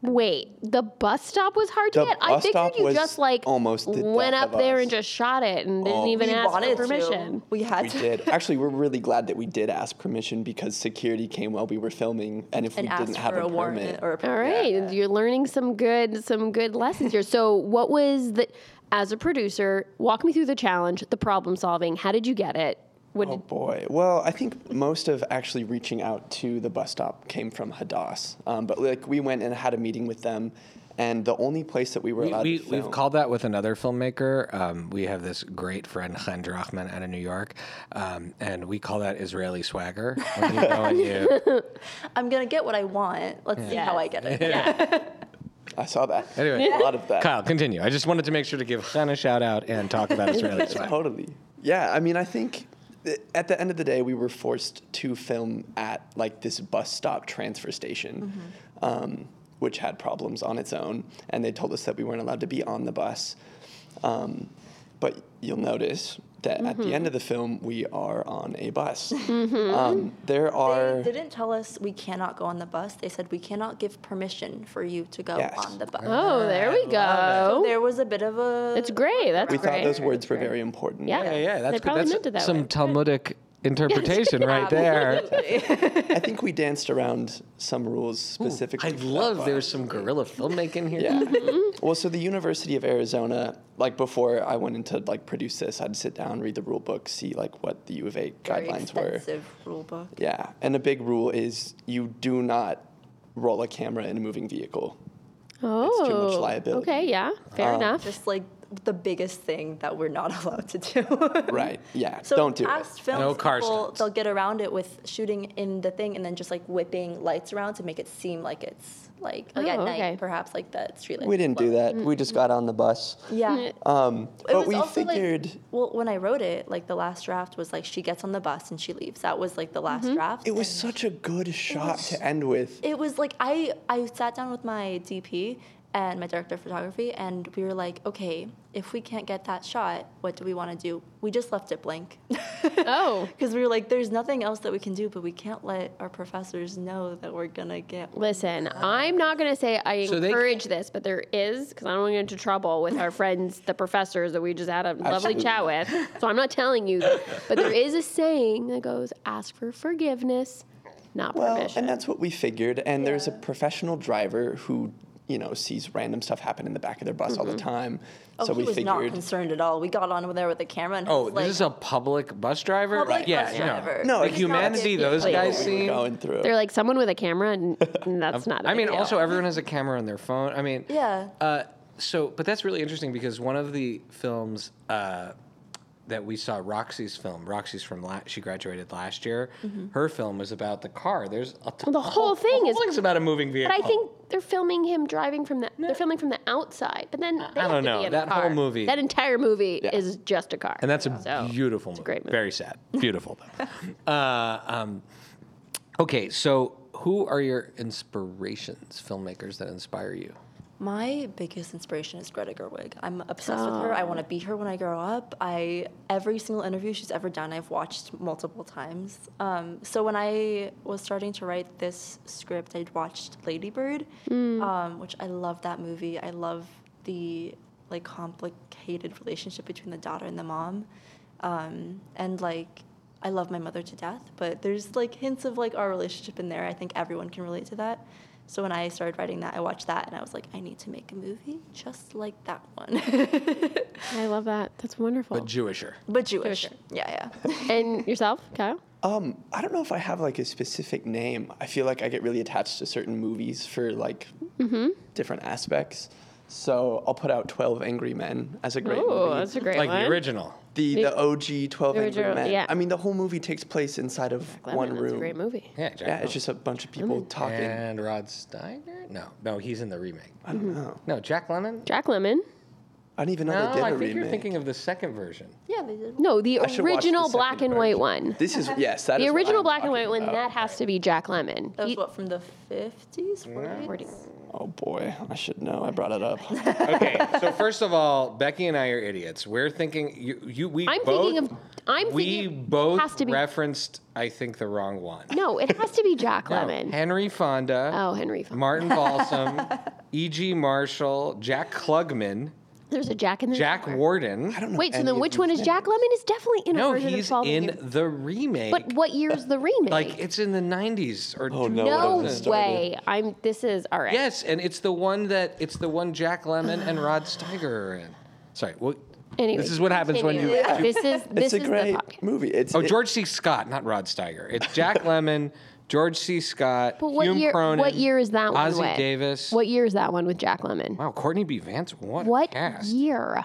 Wait, the bus stop was hard
The
to get. I
bus
figured
stop
you
was
just like
almost the
went
death
up
of
there
us.
and just shot it and didn't
Oh.
even
we
ask for
wanted
permission.
To. We had
we
to.
did. Actually, we're really glad that we did ask permission because security came while we were filming, and if
And
we
asked
didn't have
for
a,
a warrant
permit,
or a
All right, you're learning some good some good lessons here. So, what was the as a producer? Walk me through the challenge, the problem solving. How did you get it? What
Oh
did,
boy. Well, I think most of actually reaching out to the bus stop came from Hadass. Um, but like we went and had a meeting with them, and the only place that we were
We,
allowed
we,
to film.
we've called that with another filmmaker. Um, we have this great friend, Chen Drachman, out of New York, um, and we call that Israeli swagger. When you go and you-
I'm gonna get what I want. Let's see how I get it.
I saw that.
Anyway.
a lot of that.
Kyle, continue. I just wanted to make sure to give Chen a shout out and talk about Israeli swagger.
Totally. Yeah, I mean, I think th- at the end of the day, we were forced to film at like this bus stop transfer station,
Mm-hmm.
um, which had problems on its own, and they told us that we weren't allowed to be on the bus. Um, but you'll notice that at
Mm-hmm.
the end of the film, we are on a bus. Um, there are.
They didn't tell us we cannot go on the bus. They said we cannot give permission for you to go
Yes.
on the bus.
Oh, there we
So
go.
there was a bit of a.
That's great. That's
we
great.
thought those words were very important.
yeah,
Yeah, yeah, that's
they
good.
probably
That's
meant it that
some
way.
Talmudic interpretation right there.
I think we danced around some rules specifically.
I
for that
love
bus.
there's some guerrilla filmmaking here.
Yeah. Well, so the University of Arizona, like before I went into like produce this, I'd sit down, read the rule book, see like what the U of A
Very
guidelines were.
extensive rule book.
Yeah. And a big rule is you do not roll a camera in a moving vehicle.
oh,
it's too much liability. Um,
Okay, yeah, fair enough.
Just like the biggest thing that we're not allowed to do.
Right. Yeah.
So
Don't do
past
it.
films,
No car
people,
stunts.
they'll get around it with shooting in the thing and then just like whipping lights around to make it seem like it's like like at
Oh, okay.
night perhaps like the street lights.
We didn't do that. We just got on the bus.
Yeah.
Um, but
was
we
also, like-
figured
Well, when I wrote it, like the last draft was like she gets on the bus and she leaves. That was like the last draft.
Mm-hmm. it was
and-
such a good shot to end with.
it was like I I sat down with my DP and my director of photography and we were like, okay, if we can't get that shot, what do we want to do? We just left it blank.
Oh.
Because we were like, there's nothing else that we can do, but we can't let our professors know that we're gonna get.
Listen, I'm not going to say I
So they-
encourage this, but there is, because I don't want to get into trouble with our friends, the professors that we just had a lovely
Absolutely.
chat with. So I'm not telling you, but there is a saying that goes ask for forgiveness, not
Well,
permission.
and that's what we figured. And there's a professional driver who, you know, sees random stuff happen in the back of their bus all
Mm-hmm.
the time.
Oh,
so
he
we
was not
figured.
concerned at all. We got on there with a camera and he
Oh,
was
this
like,
is a public bus driver?
Public
Right, yeah,
bus
you know.
driver.
No,
Like
it's
humanity,
not-
those
Yeah.
guys
we were
seem.
going through.
They're like someone with a camera, and, and that's not. I
I mean, also everyone has a camera on their phone. I mean,
Yeah.
Uh, so, but that's really interesting because one of the films uh, that we saw, Roxy's film, Roxy's from la- she graduated last year. Her film was about the car. There's a t-
the whole thing
the
is-
whole Oh. thing's about a moving
But
vehicle.
I think they're filming him driving from the. They're filming from the outside, but then they
I don't
have to
know.
Be in
That
a car.
whole movie-
that entire movie,
Yeah.
is just a car.
and that's a
So,
beautiful movie.
great movie.
Very sad. Beautiful though. uh, um, okay, so who are your inspirations, filmmakers that inspire you?
My biggest inspiration is Greta Gerwig. I'm obsessed with her. I want to be her when I grow up. I every single interview she's ever done, I've watched multiple times. Um, so when I was starting to write this script, I'd watched Lady Bird, um, which I love that movie. I love the like complicated relationship between the daughter and the mom, um, and like I love my mother to death. But there's like hints of like our relationship in there. I think everyone can relate to that. So when I started writing that, I watched that and I was like, I need to make a movie just like that one,
I love that. That's wonderful.
But Jewisher.
but Jewish.
sure.
Yeah, yeah.
and yourself, Kyle?
Um, I don't know if I have like a specific name. I feel like I get really attached to certain movies for like
Mm-hmm.
different aspects. So I'll put out Twelve Angry Men as a great
Oh,
movie.
that's a great
Like
one.
the original.
the the OG Twelve
The
Angry
original,
Men.
yeah.
I mean, the whole movie takes place inside of
Glenn,
one
that's
room.
a great movie.
Yeah, Jack
Yeah, it's just a bunch of people talking.
And Rod Steiger? No, no, he's in the remake.
I
Mm-hmm.
don't know.
No, Jack Lemon?
Uh, Jack Lemon.
I didn't even know
No,
they did
I
a
think
remake.
you're thinking of the second version.
yeah, they did.
No, the
I should watch the
original
second
black and white
version.
one.
this is yes, that is
The
what
original
I'm
black and white
talking
one,
about.
that has to be Jack Lemon.
That was
He-
what from the fifties, forties.
Forties.
Oh boy, I should know. I brought it up.
Okay, so first of all, Becky and I are idiots. We're thinking you, you we
I'm
both,
thinking of- I'm
we
thinking of-
both
has to be-
referenced I think the wrong one.
No, it has to be Jack
No,
Lemon.
Henry Fonda.
Oh, Henry Fonda.
Martin Balsam, E.G. Marshall, Jack Klugman,
There's a Jack in the
Jack Warden.
I don't know.
Wait, so
any
then
of
which
these
one is
names.
Jack Lemon? Is definitely in a
No,
version of
he's
12
in
Angry-
the remake.
But what year's the remake?
like it's in the 90s or
Oh, no,
no
Whatever started.
way. I'm. This is all right.
Yes, and it's the one that it's the one Jack Lemon and Rod Steiger are in. Sorry, what?
Anyway,
this is what happens when you.
continue. This is this
It's a
is
great
the podcast.
movie. It's
Oh,
it-
George C. Scott, not Rod Steiger. It's Jack Lemon, George C. Scott,
But what
Hume
year?
Cronin.
what year is that one?
Ozzie
with?
Davis.
What year is that one with Jack Lemon?
Wow, Courtney B. Vance. What?
What
cast.
year?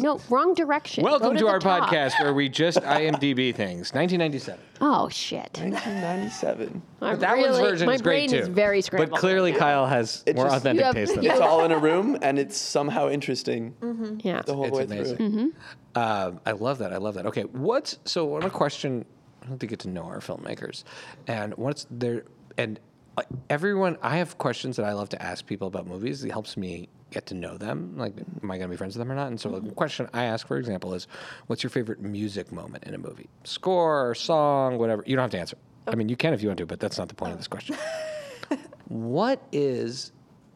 no, wrong direction. Go
Welcome to,
the
our
top.
podcast where we just IMDb things. 1997.
Oh shit!
1997.
I'm
That one's
really-
version
my
is great
brain
too.
is very scrambled.
But clearly, Kyle has
It
more
just-
authentic
You have-
taste than
you
us.
It's all in a room, and it's somehow interesting
Mm-hmm. yeah.
the whole
It's
way
amazing.
through.
Um, I love that. I love that. Okay, what's so? What a question. I don't think get to know our filmmakers, and what's their and uh, everyone. I have questions that I love to ask people about movies. It helps me get to know them. Like, am I going to be friends with them or not? And so, like, a question I ask, for example, is, what's your favorite music moment in a movie? Score, song, whatever. You don't have to answer. I mean, you can if you want to, but that's not the point of this question. What is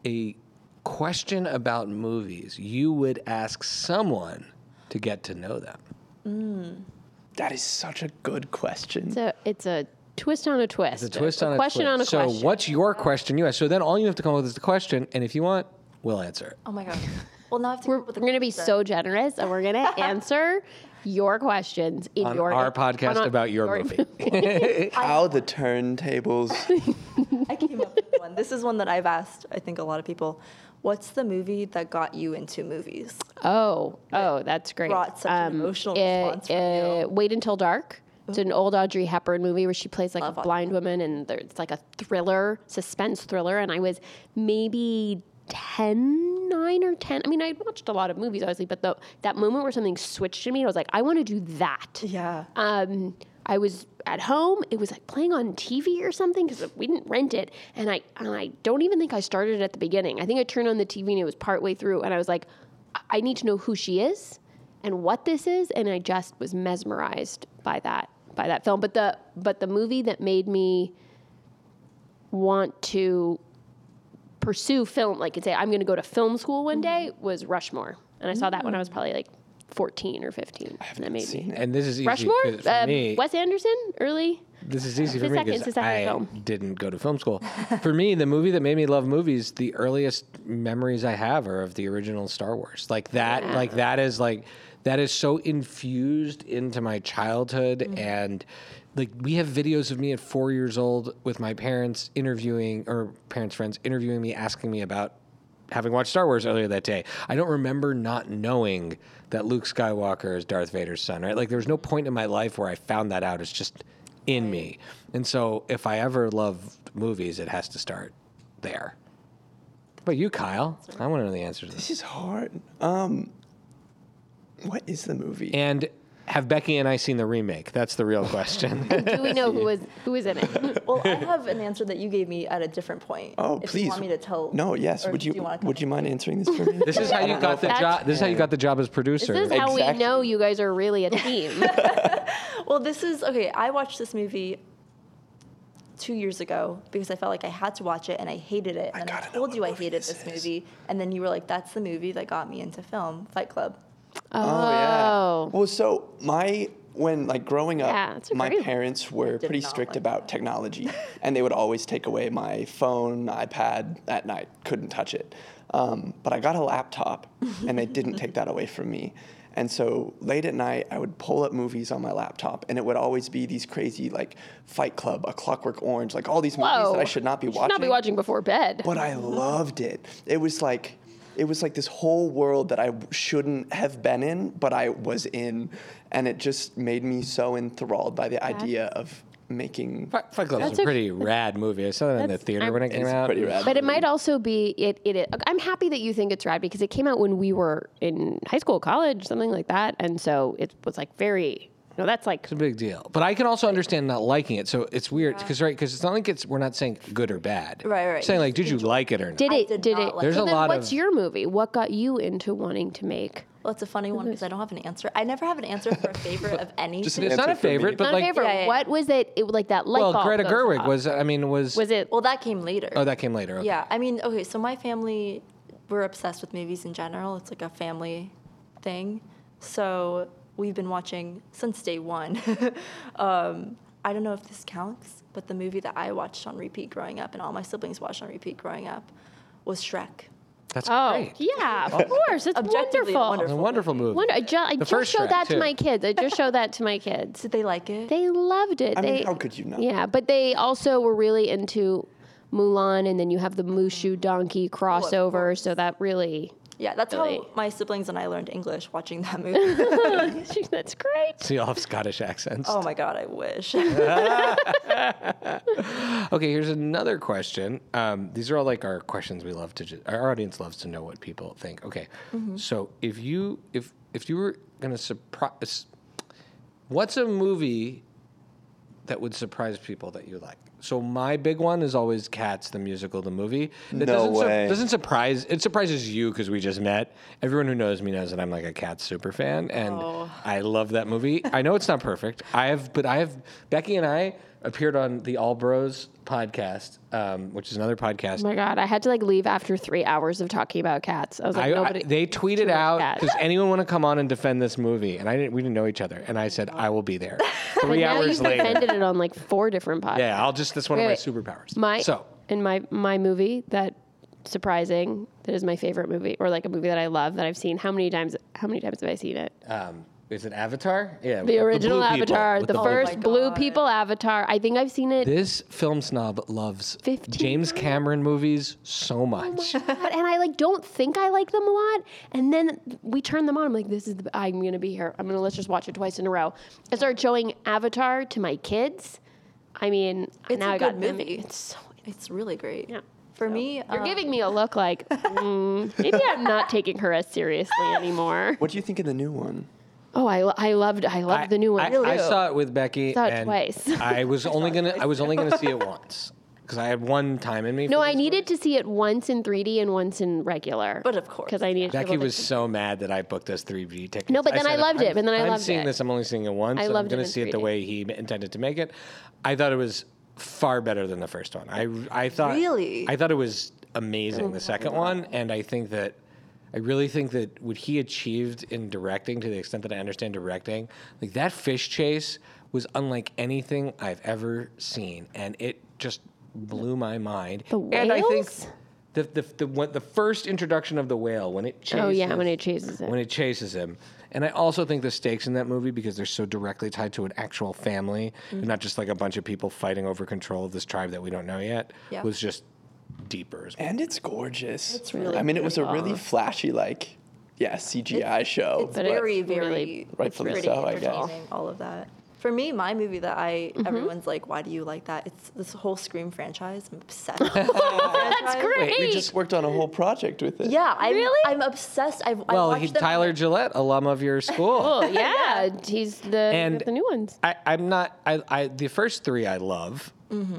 a question about movies you would ask someone to get to know them?
That is such a good question.
It's a it's a twist on a twist.
The twist on a
question
twist.
on a
so
question.
what's your question you ask? So then all you have to come up with is the question, and if you want, we'll answer it.
Oh my god. Well, now I have to.
We're,
come up with a
we're going to be
concept.
so generous, and we're going to answer your questions in
On
your
our podcast
on-
about your movie.
How the turntables.
I came up with one. This is one that I've asked. I think a lot of people. What's the movie that got you into movies?
Oh, oh, that's great. Um, eh,
brought such an emotional response from you.
Wait Until Dark. It's an old Audrey Hepburn movie where she plays like
Love
a
Audrey
blind woman, and there, it's like a thriller, suspense thriller. And I was maybe 10, 9 or 10. I mean, I'd watched a lot of movies, obviously, but the, that moment where something switched to me, I was like, I want to do that.
Yeah.
um, I was at home. It was like playing on TV or something because we didn't rent it. And I and I don't even think I started it at the beginning. I think I turned on the TV and it was partway through. And I was like, I I need to know who she is and what this is. And I just was mesmerized by that by that film. But the but the movie that made me want to pursue film, like and say I'm going to go to film school one day, was Rushmore. And I saw that when I was probably like 14 or 15. I and that made me.
seen it.
And this is easy 'cause
Rushmore,
for
um,
me.
Wes Anderson, early.
This is easy for
Two
me
seconds
because
is a happy
I
film.
didn't go to film school. for me, the movie that made me love movies, the earliest memories I have are of the original Star Wars. Like that, like that is like that is so infused into my childhood
Mm-hmm.
and like we have videos of me at 4 years old with my parents interviewing or parents friends interviewing me asking me about having watched Star Wars earlier that day, I don't remember not knowing that Luke Skywalker is Darth Vader's son, right? Like there was no point in my life where I found that out. It's just in me. And so if I ever loved movies, it has to start there. But you, Kyle, I want to know the answer to this.
This is hard. Um, what is the movie?
And have Becky and I seen the remake? That's the real question.
Do we know who was who was in it?
Well, I have an answer that you gave me at a different point.
Oh,
if
please.
you want me to tell.
No, yes.
or
Would
do
you,
wanna
would
tell?
you mind answering this for me?
This is how you got the
if that's-
job. This is how you got the job as producer.
This is how we
Exactly.
know you guys are really a team.
Well, this is okay. I watched this movie two years ago because I felt like I had to watch it and I hated it. And I,
gotta know
told
what
you I
movie
hated
this
this,
is.
movie, and then you were like, "That's the movie that got me into film, Fight Club."
Oh yeah.
Oh.
Well, so my when like growing up,
Yeah, that's a
my
great-
parents were
did
pretty
not
strict
like
about technology, and they would always take away my phone, iPad at night. Couldn't touch it. Um, but I got a laptop, and they didn't take that away from me. And so late at night, I would pull up movies on my laptop, and it would always be these crazy like Fight Club, A Clockwork Orange, like all these movies that I
Whoa.
should not be
Should
watching.
Not be watching before bed.
but I loved it. It was like it was like this whole world that I shouldn't have been in, but I was in, and it just made me so enthralled by the idea of making.
Fight Fight Club is
That's
a
a-
pretty rad movie. I saw it in the
that's-
theater
I'm-
when it came
It's
out.
pretty rad.
But it might also be it, it. it- I'm happy that you think it's rad because it came out when we were in high school, college, something like that, and so it was like very. No, that's like
It's a big deal. But I can also understand not liking it. So it's weird because right because it's not like it's we're not saying good or bad.
Right, right.
We're saying like, did you like it or not?
did
I
it?
did
Did,
not
it?
like
There's
so
a
then
lot
what's
of-
your movie? What got you into wanting to make?
Well, it's a funny one because I don't have an answer. I never have an answer for a favorite of anything.
Just an
it's
answer
not a
for me.
favorite, but
Not
like
a favorite.
Yeah, yeah, yeah.
What was it? It was like that light
well,
bulb
Greta
goes
Gerwig
off.
was. I mean, was
Was it?
well, that came later.
Oh, that came later. Okay.
Yeah, I mean, okay, so my family, we're obsessed with movies in general. It's like a family thing. So we've been watching since day one. um, I don't know if this counts, but the movie that I watched on repeat growing up and all my siblings watched on repeat growing up was Shrek.
that's
oh,
great.
yeah, of course. It's wonderful.
Objectively
It's
wonderful.
a wonderful movie.
Wonder, I, ju- I
The
just
first
showed
Shrek,
that
too.
to my kids. I just showed that to my kids.
Did they like it?
They loved it.
I mean,
They-
how could you not?
Yeah, but they also were really into Mulan, and then you have the Mushu donkey crossover.
course.
so that really,
yeah, that's
Really?
how my siblings and I learned English watching that movie.
that's great.
So you all have Scottish accents.
oh my God, I wish.
Okay, here's another question. Um, these are all like our questions we love to. Ju- our audience loves to know what people think. Okay, so if you if if you were gonna surprise, what's a movie that would surprise people that you like? So my big one is always Cats, the musical, the movie. That
No
doesn't, sur-
way.
doesn't surprise. It surprises you because we just met. Everyone who knows me knows that I'm like a Cats super fan, and
Oh.
I love that movie. I know it's not perfect. I have, but I have. Becky and I appeared on the All Bros podcast, um, which is another podcast.
Oh my god, I had to like leave after three hours of talking about cats. I was like,
I, I,
nobody.
they tweeted out,
Cats.
"Does anyone want to come on and defend this movie?" And I didn't. We didn't know each other, and I said, "I will be there."
but
Three
now
hours
you've
later,
defended it on like four different podcasts.
yeah, I'll just. That's one
Wait,
of my
wait.
superpowers.
My
so
in my my movie that surprising that is my favorite movie or like a movie that I love that I've seen. How many times? How many times have I seen it?
um, is it Avatar? Yeah,
Uh, the original Avatar, the, first
Oh my
blue
God.
people Avatar. I think I've seen it.
This film snob loves
15
James Cameron movies so much.
Oh God, and I like don't think I like them a lot. And then we turn them on. I'm like, this is the, I'm gonna be here. I'm gonna let's just watch it twice in a row. I start showing Avatar to my kids. I mean,
It's
now
a
I got
good
them.
movie.
It's so.
it's really great.
Yeah.
For me,
You're
um,
giving me a look like mm, maybe I'm not taking her as seriously anymore.
What do you think of the new one?
Oh, I, lo- I loved I loved the new one.
I, I saw it with Becky.
Saw it
and
twice.
I was only gonna. I was only gonna see it once because I had one time in me.
no,
for
I
this.
needed to see it once in 3D and once in regular.
But of course,
because I needed. to be
Becky
able to
was so mad that I booked us 3D tickets.
No, but then I
said,
loved
"If
it, but then I
I'm
loved
seeing
it.
this. I'm only seeing it once.
I
so I'm
loved it
going to
in
see it the
3D.
way he intended to make it. I thought it was far better than the first one. I I thought
Really?
I thought it was
Oh
amazing the second one, and I think that. I really think that what he achieved in directing, to the extent that I understand directing, like that fish chase was unlike anything I've ever seen, and it just blew my mind.
The
And I think
whales?
the the the, when, the first introduction of the whale when it chases,
Oh, yeah, when it chases it.
when it chases him. And I also think the stakes in that movie, because they're so directly tied to an actual family,
Mm-hmm.
and not just like a bunch of people fighting over control of this tribe that we don't know yet,
Yeah.
was just deeper. As well.
And it's gorgeous. It's
really
I mean, it was a
beautiful.
really flashy, like, yeah, CGI show.
it's
but-
very,
But it's
very
really-
Rightfully
pretty,
so, I guess.
entertaining, All of that. For me, my movie that I everyone's like, why do you like that? It's this whole Scream franchise. I'm obsessed. with the franchise.
great.
Wait, we
Hey.
just worked on a whole project with it.
Yeah, I'm,
Really?
I'm obsessed. I've
Well,
I
he,
watched them-
Tyler Gillette, alum of your school.
Oh yeah, he's the
And-
the new ones.
I, I'm not. I, I the first three I love.
Mm-hmm.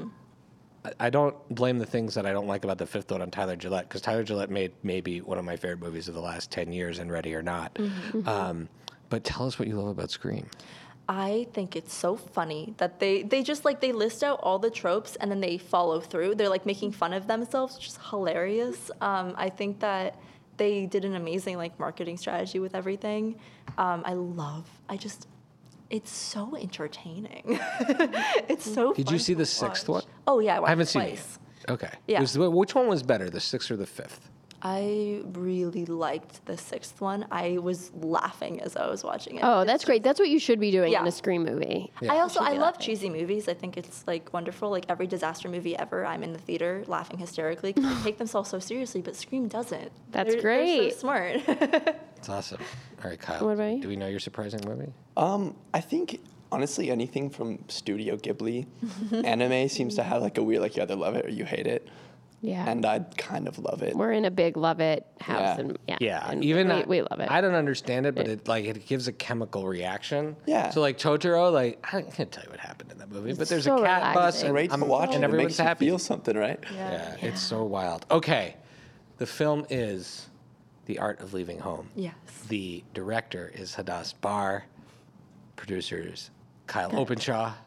I, I don't blame the things that I don't like about the fifth one on Tyler Gillette because Tyler Gillette made maybe one of my favorite movies of the last ten years, and Ready or Not.
Mm-hmm.
Um, but tell us what you love about Scream.
I think it's so funny that they they just like they list out all the tropes and then they follow through. They're like making fun of themselves, which is hilarious. Um, I think that they did an amazing like marketing strategy with everything. Um, I love. I just. It's so entertaining. it's so.
Did you
fun
see
to
the sixth
watch.
one?
Oh yeah, I, watched
I haven't seen it.
twice.
Yet. Okay.
Yeah.
Was the- which one was better, the sixth or the fifth?
I really liked the sixth one. I was laughing as I was watching it.
Oh, that's great. That's what you should be doing in
Yeah.
a scream movie.
I also I
be
love cheesy movies. I think it's like wonderful. Like every disaster movie ever, I'm in the theater laughing hysterically because they take themselves so seriously, but Scream doesn't.
That's
They're- They're
great.
so smart.
It's awesome. All right, Kyle.
What about you?
Do we know your surprising movie?
Um, I think honestly anything from Studio Ghibli, anime seems to have like a weird like you either love it or you hate it,
Yeah,
uh,
and I kind of love it.
we're in a big love it house,
Yeah.
and yeah,
Yeah,
and
even
we,
I-
we love it.
I don't understand it, but
Yeah.
it like it gives a chemical reaction.
Yeah.
So like Totoro, like I can't tell you what happened in that movie, but there's a
so
cat bus
relaxing.
and,
Great to
I'm-
watch.
and
it
everyone's
makes you
happy.
feel something, right?
yeah, it's so wild. Okay, the film is The Art of Leaving Home.
Yes.
The director is Hadass Bar. Producers Kyle Openshaw.
What-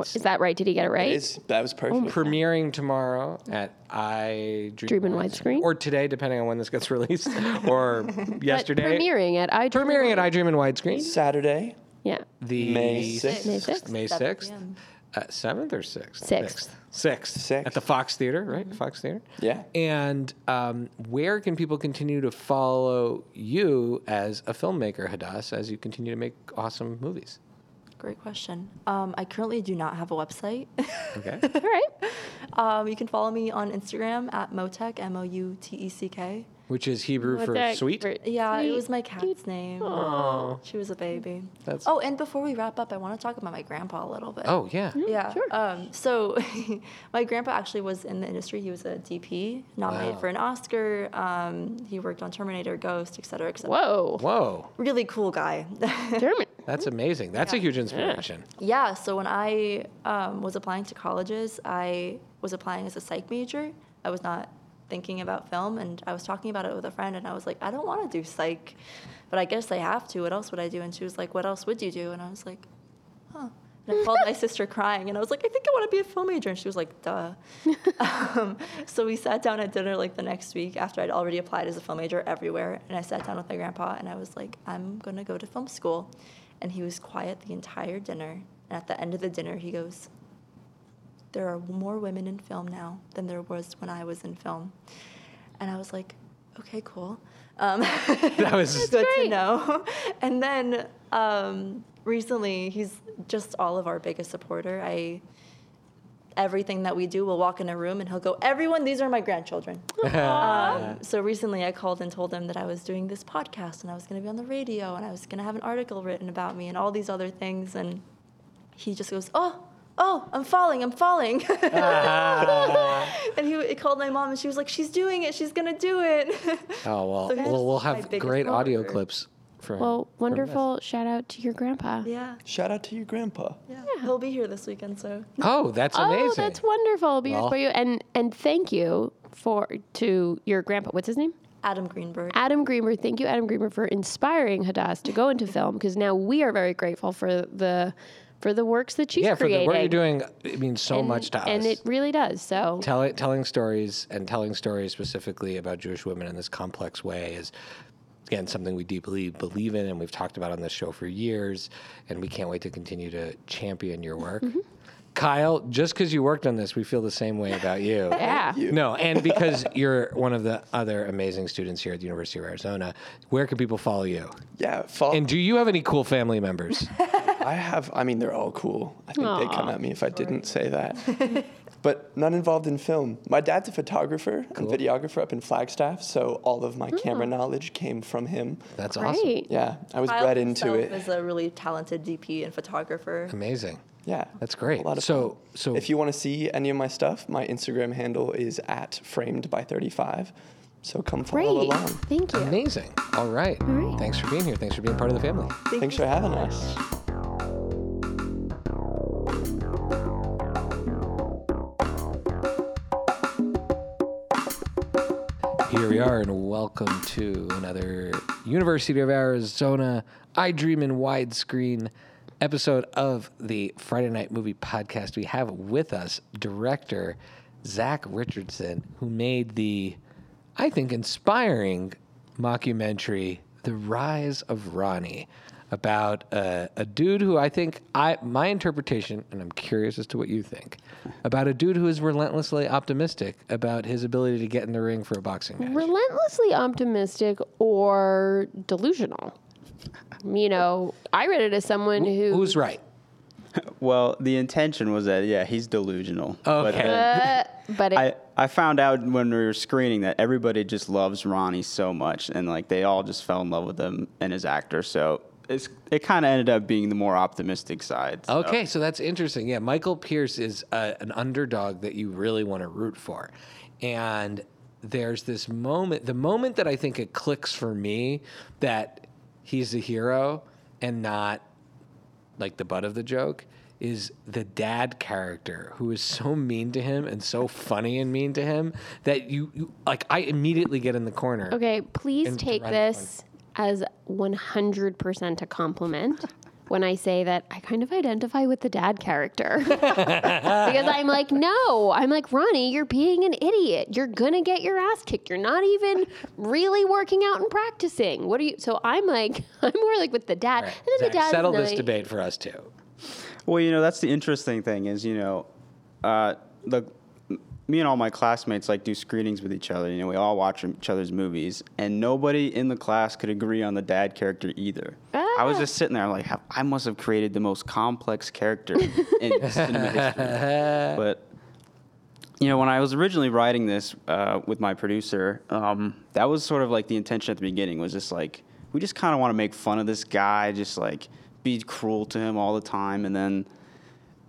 It's
Is that right? Did he get it right?
It is, that was
Oh,
perfect.
premiering tomorrow at I
Dream in Widescreen?
or today, depending on when this gets released, or
But
yesterday.
premiering it. I
Premiering at I Dream in Widescreen.
Saturday,
Yeah,
The
May sixth.
May sixth.
May
Seven
6th.
PM.
Uh, 7th or 6th?
Sixth. Mm-hmm.
6th.
Sixth.
At the Fox Theater, right? Fox Theater.
Yeah.
And um, where can people continue to follow you as a filmmaker, Hadass, as you continue to make awesome movies?
Great question. Um, I currently do not have a website.
Okay.
all right.
um, you can follow me on Instagram at Motec M O U T E C K.
Which is Hebrew
What
for
that-
sweet.
for-
Yeah, it
sweet.
was my cat's name.
Oh.
She was a baby.
That's-
oh, and before we wrap up, I want to talk about my grandpa a little bit.
Oh, yeah.
Yeah.
sure.
Um, so my grandpa actually was in the industry. He was a DP, nominated
Wow.
for an Oscar. Um, he worked on Terminator, Ghost, et cetera, et cetera.
Whoa,
Whoa.
Really cool guy.
German.
That's
Mm-hmm.
amazing. That's a huge inspiration.
yeah. So when I um, was applying to colleges, I was applying as a psych major. I was not thinking about film, and I was talking about it with a friend, and I was like, I don't want to do psych, but I guess I have to. What else would I do? And she was like, What else would you do? And I was like, Huh. And I called my sister crying, and I was like, I think I want to be a film major. And she was like, duh. um, so we sat down at dinner like the next week after I'd already applied as a film major everywhere. And I sat down with my grandpa, and I was like, I'm going to go to film school. And he was quiet the entire dinner. And at the end of the dinner, he goes, There are more women in film now than there was when I was in film. And I was like, okay, cool. Um,
That was
good
great.
to know. And then um, recently, he's just all of our biggest supporter. I everything that we do, we'll walk in a room and he'll go, "Everyone, these are my grandchildren."
Oh,
um, so recently, I called and told him that I was doing this podcast and I was going to be on the radio and I was going to have an article written about me and all these other things. And he just goes, "Oh." Oh, I'm falling! I'm falling! and he, he called my mom, and she was like, "She's doing it! She's gonna do it!"
Oh well,
So that's
we'll, we'll
my
have
biggest
great audio
bummer.
clips from. from
Well,
this.
wonderful. Shout out to your grandpa.
yeah.
shout out to your grandpa.
Yeah. He'll be here this weekend, so
Oh, that's amazing.
Oh, that's wonderful. Be
Well-
for you, and and thank you for to your grandpa. What's his name?
Adam Greenberg.
Adam Greenberg. Thank you, Adam Greenberg, for inspiring Hadass to go into film because now we are very grateful for the for the works that she's
yeah, for the,
creating.
what you're doing, it means so much to
and
us.
it really does. So
Tell it, telling stories and telling stories specifically about Jewish women in this complex way is, again, something we deeply believe in, and we've talked about on this show for years, and we can't wait to continue to champion your work.
Mm-hmm.
Kyle, just because you worked on this, we feel the same way about you.
yeah,
No, and because you're one of the other amazing students here at the University of Arizona, where can people follow you?
Yeah, follow.
And do you have any cool family members?
I have. I mean, they're all cool. I think they'd come
Aw.
at me if I didn't say that. but none involved in film. My dad's a photographer and videographer up in Flagstaff, so all of my camera knowledge came from him.
That's awesome.
Great.
Yeah, I was
Kyle
bred into
himself
it.
Is a really talented DP and photographer.
Amazing.
yeah,
That's great.
A lot of
so,
fun.
so
If you want to see any of my stuff, my Instagram handle is at framed by 35. So come follow
Great.
along.
Thank you.
amazing. All right. All
right.
Thanks for being here. Thanks for being part of the family.
Thanks for having us.
Here we are, and welcome to another University of Arizona I Dream in Widescreen episode of the Friday Night Movie Podcast. We have with us director Zach Richardson, who made the, I think, inspiring mockumentary, The Rise of Ronnie, about uh, a dude who I think I my interpretation, and I'm curious as to what you think, about a dude who is relentlessly optimistic about his ability to get in the ring for a boxing match.
Relentlessly optimistic or delusional. You know, I read it as someone who
Who's right?
Well, the intention was that yeah, he's delusional. But
Okay.
then
uh, but it,
I I found out when we were screening that everybody just loves Ronnie so much, and like they all just fell in love with him and his actor. So it's it kind of ended up being the more optimistic side. so.
Okay, so that's interesting. Yeah, Michael Pierce is uh, an underdog that you really want to root for. And there's this moment, the moment that I think it clicks for me that he's a hero and not like the butt of the joke is the dad character who is so mean to him and so funny and mean to him that you, you like I immediately get in the corner.
okay, please
And to
take
run from-
this as 100% a compliment. When I say that I kind of identify with the dad character. because I'm like, no, I'm like, Ronnie, you're being an idiot. You're gonna get your ass kicked. You're not even really working out and practicing. What are you? So I'm like, I'm more like with the dad.
All right,
And then
Zach,
the dad
settle this debate for us too.
Well, you know, that's the interesting thing is, you know, uh, the me and all my classmates like do screenings with each other. You know, we all watch each other's movies, and nobody in the class could agree on the dad character either. I was just sitting there like, "How- I must have created the most complex character in cinema history. But you know, when I was originally writing this uh, with my producer, um, that was sort of like the intention at the beginning was just like, we just kind of want to make fun of this guy, just like be cruel to him all the time. And then,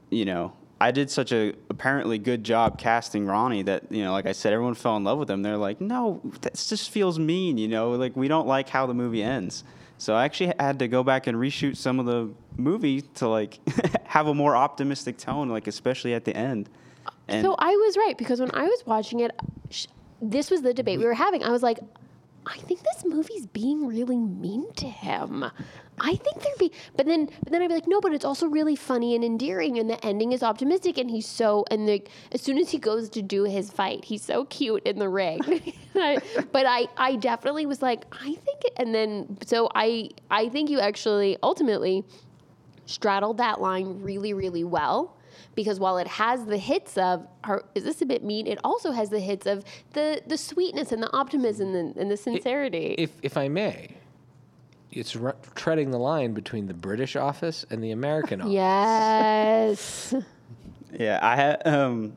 you know, I did such a apparently good job casting Ronnie that, you know, like I said, everyone fell in love with him. They're like, no, that just feels mean, you know, like we don't like how the movie ends. So I actually had to go back and reshoot some of the movie to like have a more optimistic tone, like especially at the end. And
So I was right because when I was watching it, sh- this was the debate we were having. I was like, I think this movie's being really mean to him. I think they're being, but then, but then I'd be like, no, but it's also really funny and endearing, and the ending is optimistic, and he's so, and like as soon as he goes to do his fight, he's so cute in the ring. And I- but I, I definitely was like, I think, it- and then so I, I think you actually ultimately straddled that line really, really well. Because while it has the hits of are, "Is this a bit mean?" it also has the hits of the the sweetness and the optimism and, and the sincerity.
if if I may, it's re- treading the line between the British office and the American office.
yes,
Yeah, I ha- um,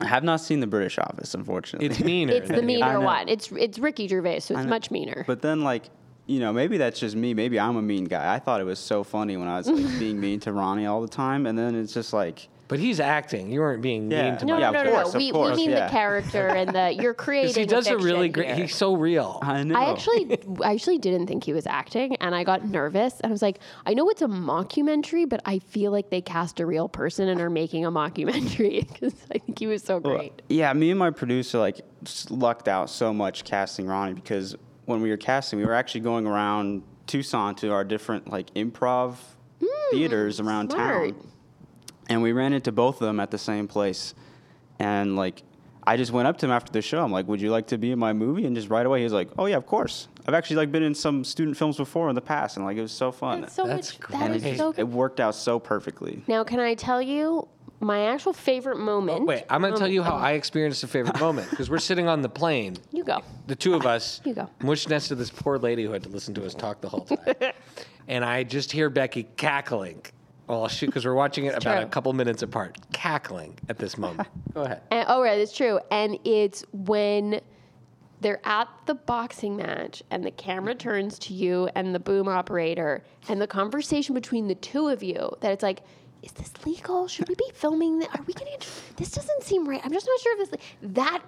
I have not seen the British Office, unfortunately.
It's meaner.
it's
than
the meaner
know.
one. It's it's Ricky Gervais, so it's
know.
much meaner.
but then, like, you know, maybe that's just me. Maybe I'm a mean guy. I thought it was so funny when I was like being mean to Ronnie all the time, and then it's just like,
But he's acting. You weren't being mean
Yeah.
to
no,
my
yeah,
no, no,
of
no,
course,
no.
of
We,
course,
we mean
yeah.
the character and the you're creating.
He does a
fiction
really great.
here.
He's so real.
I know.
I actually, I actually didn't think he was acting, and I got nervous, and I was like, I know it's a mockumentary, but I feel like they cast a real person and are making a mockumentary because I think he was so
Well,
great.
yeah, me and my producer like just lucked out so much casting Ronnie because when we were casting, we were actually going around Tucson to our different like improv theaters around
Hmm, smart.
town, and we ran into both of them at the same place, and like. I just went up to him after the show. I'm like, "Would you like to be in my movie?" And just right away, he was like, "Oh yeah, of course." I've actually like been in some student films before in the past, and like it was so fun.
That's so
That's
much. That
and it,
is
just,
so.
it worked out so perfectly.
Now, can I tell you my actual favorite moment.
Wait, I'm going to tell you
Um,
how I experienced a favorite moment because we're sitting on the plane,
You go.
the two of us,
You go.
mush next to this poor lady who had to listen to us talk the whole time. and I just hear Becky cackling. Well, shoot, because we're watching it about a
true.
couple minutes apart, cackling at this moment. go ahead.
And, oh, right, it's true. And it's when they're at the boxing match and the camera turns to you and the boom operator and the conversation between the two of you that it's like, is this legal? Should we be filming? This? Are we going to? This doesn't seem right. I'm just not sure if this. That
Or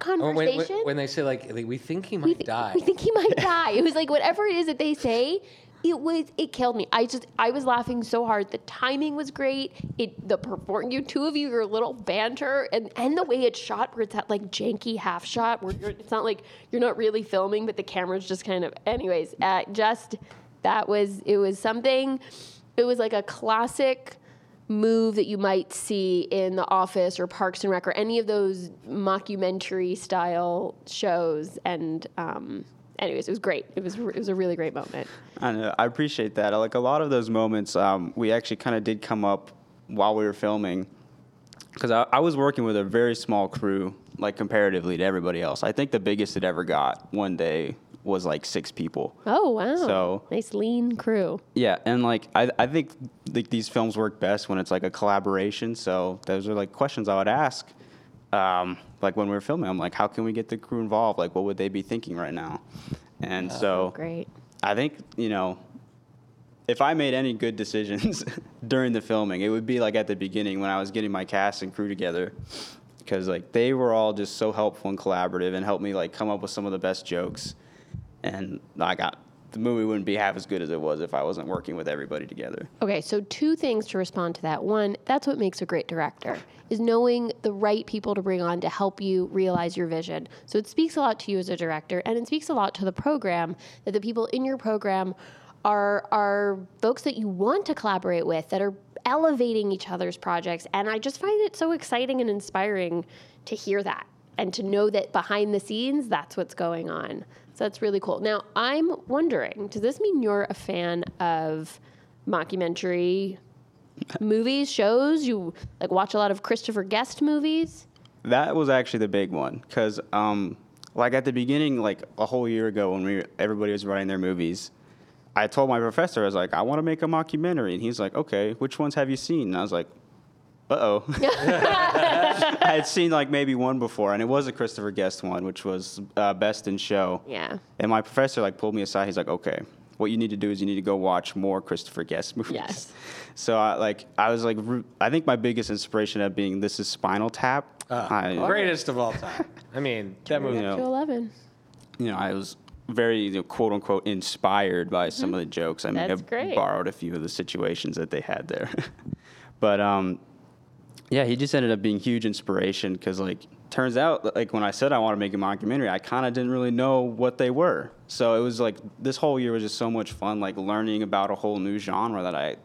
when,
conversation.
when- Oh, when they say, like, like, we think he might
we, thi-
die.
we think he might die. It was like whatever it is that they say. It was. It killed me. I just. I was laughing so hard. The timing was great. It. The perform. You two of you. Your little banter and and the way it's shot, where it's that like janky half shot, where you're, it's not like you're not really filming, but the camera's just kind of. Anyways, uh, just that was. It was something. It was like a classic move that you might see in The Office or Parks and Rec or any of those mockumentary style shows. And um, anyways, it was great. It was it was a really great moment.
I know. uh, I appreciate that. Like a lot of those moments, um, we actually kind of did come up while we were filming, because I, I was working with a very small crew, like comparatively to everybody else. I think the biggest it ever got one day was like six people.
Oh wow!
So-
nice lean crew.
Yeah, and like I, I think like these films work best when it's like a collaboration. So those are like questions I would ask, um, like when we were filming. I'm like, how can we get the crew involved? Like, what would they be thinking right now? And so
Great.
I think you know, if I made any good decisions during the filming, it would be like at the beginning when I was getting my cast and crew together, because like they were all just so helpful and collaborative and helped me like come up with some of the best jokes, and I got the movie wouldn't be half as good as it was if I wasn't working with everybody together.
Okay, so two things to respond to that. One, that's what makes a great director is knowing the right people to bring on to help you realize your vision. So it speaks a lot to you as a director and it speaks a lot to the program that the people in your program are are folks that you want to collaborate with that are elevating each other's projects and I just find it so exciting and inspiring to hear that and to know that behind the scenes that's what's going on. So that's really cool. Now, I'm wondering, does this mean you're a fan of mockumentary movies, shows. You like watch a lot of Christopher Guest movies.
That was actually the big one because, um, like at the beginning, like a whole year ago when we everybody was writing their movies, I told my professor I was like, I want to make a mockumentary, and he's like, Okay, which ones have you seen? And I was like, Uh oh, I had seen like maybe one before, and it was a Christopher Guest one, which was uh, Best in Show.
Yeah.
And my professor like pulled me aside. He's like, Okay, what you need to do is you need to go watch more Christopher Guest movies.
Yes.
So I like I was like ru- I think my biggest inspiration of being this is Spinal Tap. I-
Greatest of all time. I mean, that movie.
you know,
To eleven.
you know, I was very you know, quote unquote inspired by some of the jokes. I may
Mm-hmm. That's
have
great.
borrowed a few of the situations that they had there, but um, yeah, he just ended up being huge inspiration because like turns out like when I said I want to make a mockumentary, I kind of didn't really know what they were. So it was like this whole year was just so much fun, like learning about a whole new genre that I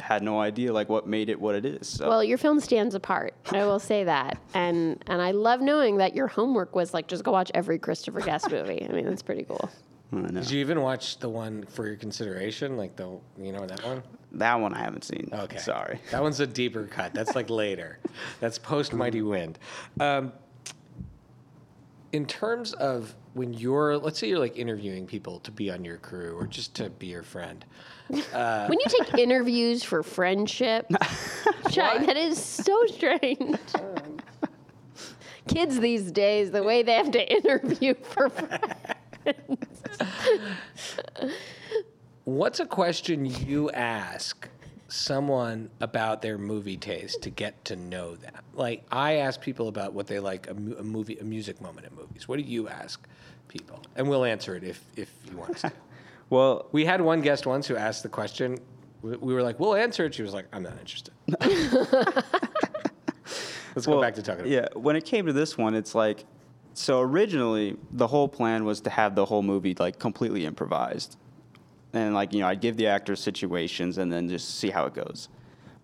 had no idea like what made it what it is. So.
Well, your film stands apart. I will say that, and and I love knowing that your homework was like just go watch every Christopher Guest movie. I mean, that's pretty cool.
I know.
Did you even watch the one for your consideration? Like the, you know, that one?
That one I haven't seen.
Okay.
sorry.
That one's a deeper cut. That's like later. That's post Mighty Wind. Um, in terms of when you're, let's say you're like interviewing people to be on your crew or just to be your friend. Uh.
when you take interviews for friendship, Chai, that is so strange. Kids these days, the way they have to interview for friends.
What's a question you ask someone about their movie taste to get to know them? Like, I ask people about what they like a, mu- a movie, a music moment in movies. What do you ask people? And we'll answer it if, if you want us to.
Well,
We had one guest once who asked the question. We we were like, "We'll answer it." She was like, "I'm not interested." Let's go
Well,
back to talking. About
Yeah, when it came to this one, it's like, so originally the whole plan was to have the whole movie like completely improvised, and like you know I'd give the actors situations and then just see how it goes,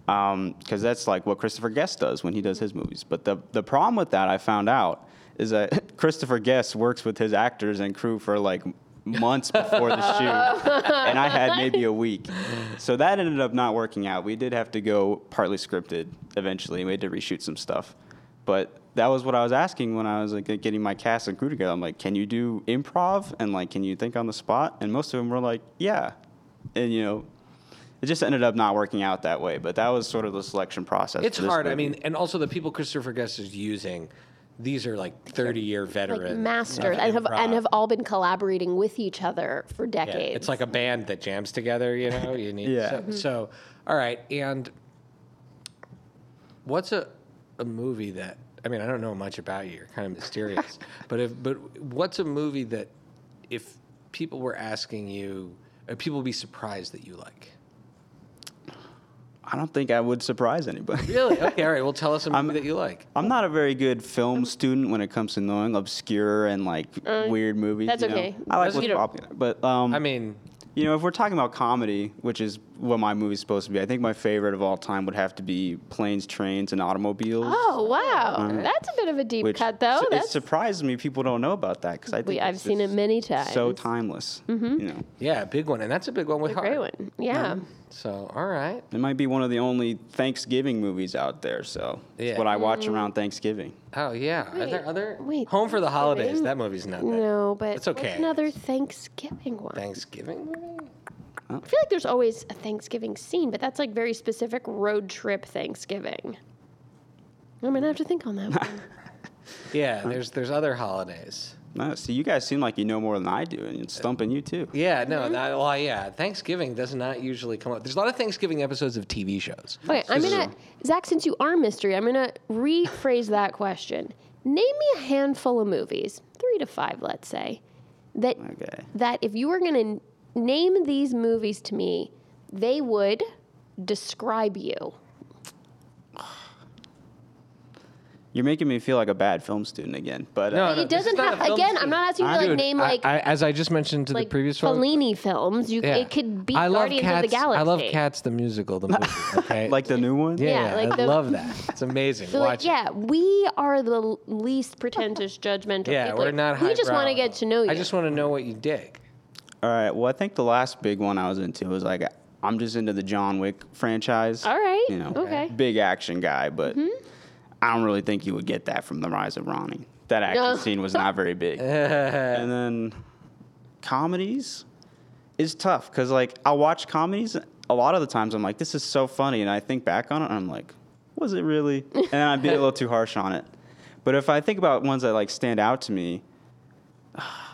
because Um, that's like what Christopher Guest does when he does his movies. But the the problem with that I found out is that Christopher Guest works with his actors and crew for like months before the shoot, and I had maybe a week. So that ended up not working out. We did have to go partly scripted eventually, and we had to reshoot some stuff. But that was what I was asking when I was like getting my cast and crew together. I'm like, can you do improv and like can you think on the spot? And most of them were like, yeah, and you know. It just ended up not working out that way, but that was sort of the selection process.
It's
for this
hard. I
movie.
mean, and also the people Christopher Guest is using, these are like 30 year veterans.
like
of
masters and have, and
improv.
have all been collaborating with each other for
Yeah,
decades.
it's like a band that jams together, you know? You need,
Yeah.
So, so, all right. And what's a, a movie that, I mean, I don't know much about you. You're kind of mysterious. but if, but what's a movie that if people were asking you, uh, people would be surprised that you like?
I don't think I would surprise anybody.
Really? Okay. All right. Well, tell us a movie that you like.
I'm not a very good film student when it comes to knowing obscure and like weird movies.
Uh, that's
you know?
okay.
I like
That's-
what's
you don't-
popular, but um,
I mean,
you know, if we're talking about comedy, which is what my movie's supposed to be, I think my favorite of all time would have to be Planes, Trains, and Automobiles.
oh wow, that's a bit of a deep
which
cut though.
su- it
That's
surprised me people don't know about that because I think
we,
it's
I've seen it
just
many
So
times. Mm-hmm.
timeless, you know.
yeah, a big one. And that's a big one with
a great
heart.
one. Yeah.
So, all right.
It might be one of the only Thanksgiving movies out there, so
Yeah.
it's what I watch around Thanksgiving.
Oh yeah. Are
Wait,
there other?
wait,
Home for the holidays.
Thanksgiving?
That movie's not that.
No, but
It's
what's
okay.
another Thanksgiving one.
Thanksgiving movie.
I feel like there's always a Thanksgiving scene, but that's like very specific road trip Thanksgiving. I'm gonna have to think on that one.
Yeah. There's there's other holidays.
No, see, you guys seem like you know more than I do, and it's stumping you too.
Yeah. No. That, well, yeah. Thanksgiving does not usually come up. There's a lot of Thanksgiving episodes of TV shows.
Okay, I'm gonna Zach. Since you are mystery, I'm gonna rephrase that question. Name me a handful of movies, three to five, let's say, that
Okay.
that if you were gonna n- name these movies to me, they would describe you.
You're making me feel like a bad film student again, but
No,
uh,
no.
it
this is
doesn't
not a
have.
film
Again,
school.
I'm not asking you to like
Dude,
name
I-
like
I- as I just mentioned to
like
the previous one.
Fellini films. You, it could be
I love
Guardians
Cats,
of the Galaxy.
I love Cats the musical, the movie. Okay,
like the new one.
yeah,
Yeah, like
I
the-
love that. It's amazing.
They're
Watch
like,
it.
yeah, we are the l- least pretentious, judgmental
Yeah,
people.
we're not.
We just
highbrow.
want to get to know you.
I just want to know what you dig.
All right. Well, I think the last big one I was into was like I'm just into the John Wick franchise.
All right.
You know,
Okay.
big action guy, but I don't really think you would get that from The Rise of Ronnie. That action
No.
scene was not very big. and then comedies is tough because like I'll watch comedies a lot of the times. I'm like, this is so funny, and I think back on it, and I'm like, was it really? And I'd be a little too harsh on it. But if I think about ones that like stand out to me.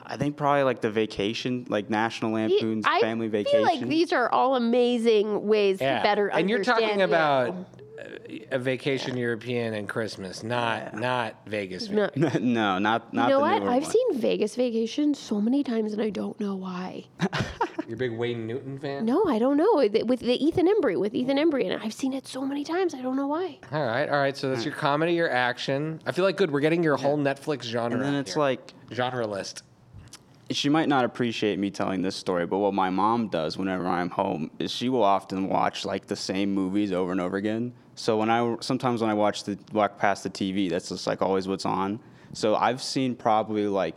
I think probably like the vacation, like National
Ye-
Lampoon's
I
Family
feel
Vacation.
like these are all amazing ways
Yeah.
to better
and you're
understand. Oh.
talking
you.
about uh, a vacation European and Christmas, not not Vegas.
No. You
no, not not
know
the
what?
newer
I've
one.
seen Vegas Vacation so many times, and I don't know why.
You're a big Wayne Newton fan.
No, I don't know. With with the Ethan Embry, with Ethan Embry, and I've seen it so many times. I don't know why.
All right, all right. So that's your comedy, your action. I feel like good. We're getting your whole Netflix genre.
And then it's
here.
like
genre list.
she might not appreciate me telling this story, but what my mom does whenever I'm home is she will often watch like the same movies over and over again. So when I sometimes when I watch the walk past the TV, that's just like always what's on. So I've seen probably like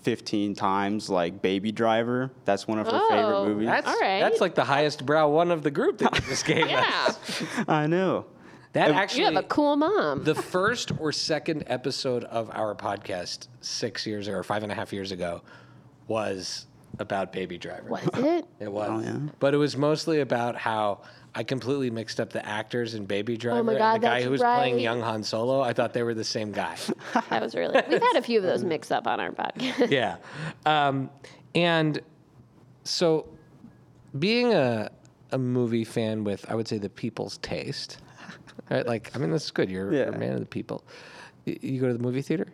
15 times like Baby Driver. That's one of her
Oh,
favorite movies.
That's
All right.
that's like the highest brow one of the group that you just gave
Yeah,
us.
I know.
That
you have
actually
a cool mom.
the first or second episode of our podcast six years or five and a half years ago was about Baby Driver.
Was it?
It
Oh,
was. But it was mostly about how I completely mixed up the actors in Baby Driver
Oh my
and
God,
the guy
that's
who was playing
right.
young Han Solo. I thought they were the same guy.
That was really. We've had a few of those mix up on our podcast.
yeah. Um, and so being a, a movie fan with, I would say, the people's taste, right? Like, I mean, that's good. You're, you're
Yeah.
a man of the people. Y- You go to the movie theater?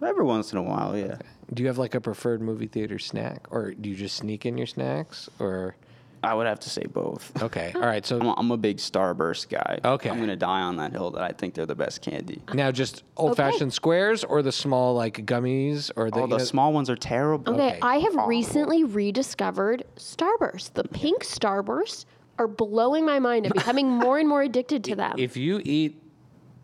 Every once in a while, yeah.
Do you have like a preferred movie theater snack or do you just sneak in your snacks or?
I would have to say both.
Okay. All right. So
I'm a, I'm a big Starburst guy.
Okay.
I'm gonna die on that hill that I think they're the best candy.
Now, just old fashioned squares or the small like gummies or the,
Oh,
you
the
know-
small ones are terrible.
Okay, I have recently rediscovered Starburst. The pink Starburst are blowing my mind. I'm becoming more and more addicted to them.
If you eat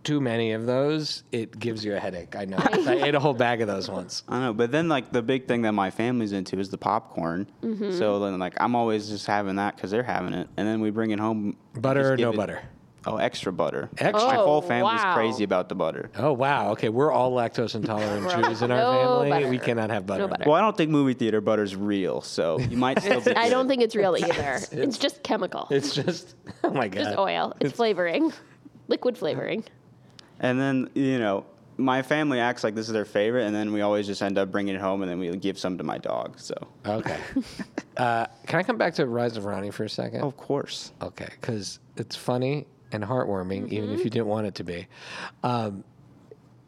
too many of those, it gives you a headache. I know. I ate a whole bag of those once.
I don't know, but then like the big thing that my family's into is the popcorn.
Mm-hmm.
So then like I'm always just having that because they're having it, and then we bring it home. we
Butter
just
or
give
no
it-
butter?
Oh, extra butter.
Extra?
My
Oh,
whole family's
wow.
crazy about the butter.
Oh wow. Okay, we're all lactose intolerant Jews in our
No
family.
butter.
We cannot have butter.
No butter.
Well, I don't think movie theater butter's real, so you might still be.
I
good.
don't think it's real either. It's just chemical.
It's just oh my god.
just oil. It's flavoring, liquid flavoring.
And then you know, my family acts like this is their favorite, and then we always just end up bringing it home, and then we give some to my dog. So
Okay. uh, can I come back to Rise of Ronnie for a second?
Oh.
of course,
Okay, because it's funny and heartwarming, even
Mm-hmm.
if you didn't want it to be. Um,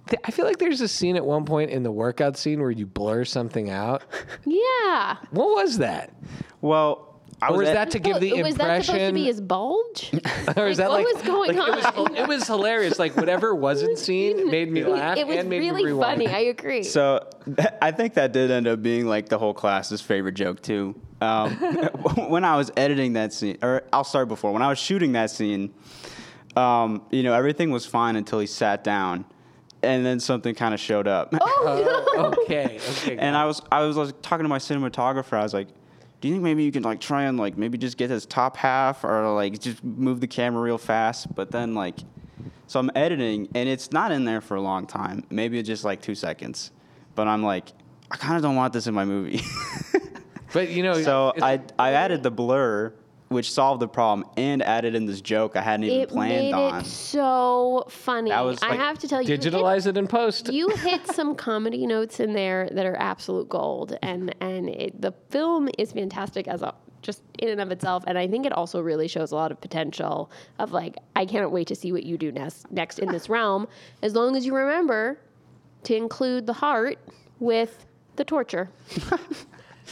th- I feel like there's a scene at one point in the workout scene where you blur something out.
Yeah.
What was that?
well. I
Or was
at-
that to give the
was that supposed to
impression?
be his bulge?
or is that
what
like
was going
like, It was,
on?
it was hilarious. Like whatever wasn't seen made me laugh
it was
and made
really
me rewind.
funny. I agree.
So th- I think that did end up being like the whole class's favorite joke too. Um, when I was editing that scene, or I'll start before when I was shooting that scene, um, you know everything was fine until he sat down, and then something kind of showed up.
Oh, okay, okay.
and I was I was like, talking to my cinematographer. I was like, "Do you think maybe you can like try and like maybe just get his top half or like just move the camera real fast?" But then like, so I'm editing and it's not in there for a long time. Maybe it's just like two seconds. But I'm like, I kind of don't want this in my movie.
but you know,
so
it's-
I I added the blur, which solved the problem, and added in this joke I hadn't even
it made
planned on.
it so funny.
That was,
I
like,
have to tell you, you, hit-
digitalize it in post.
You hit some comedy notes in there that are absolute gold, and and it, the film is fantastic as a just in and of itself. And I think it also really shows a lot of potential of like I cannot wait to see what you do next next in this realm. As long as you remember to include the heart with the torture.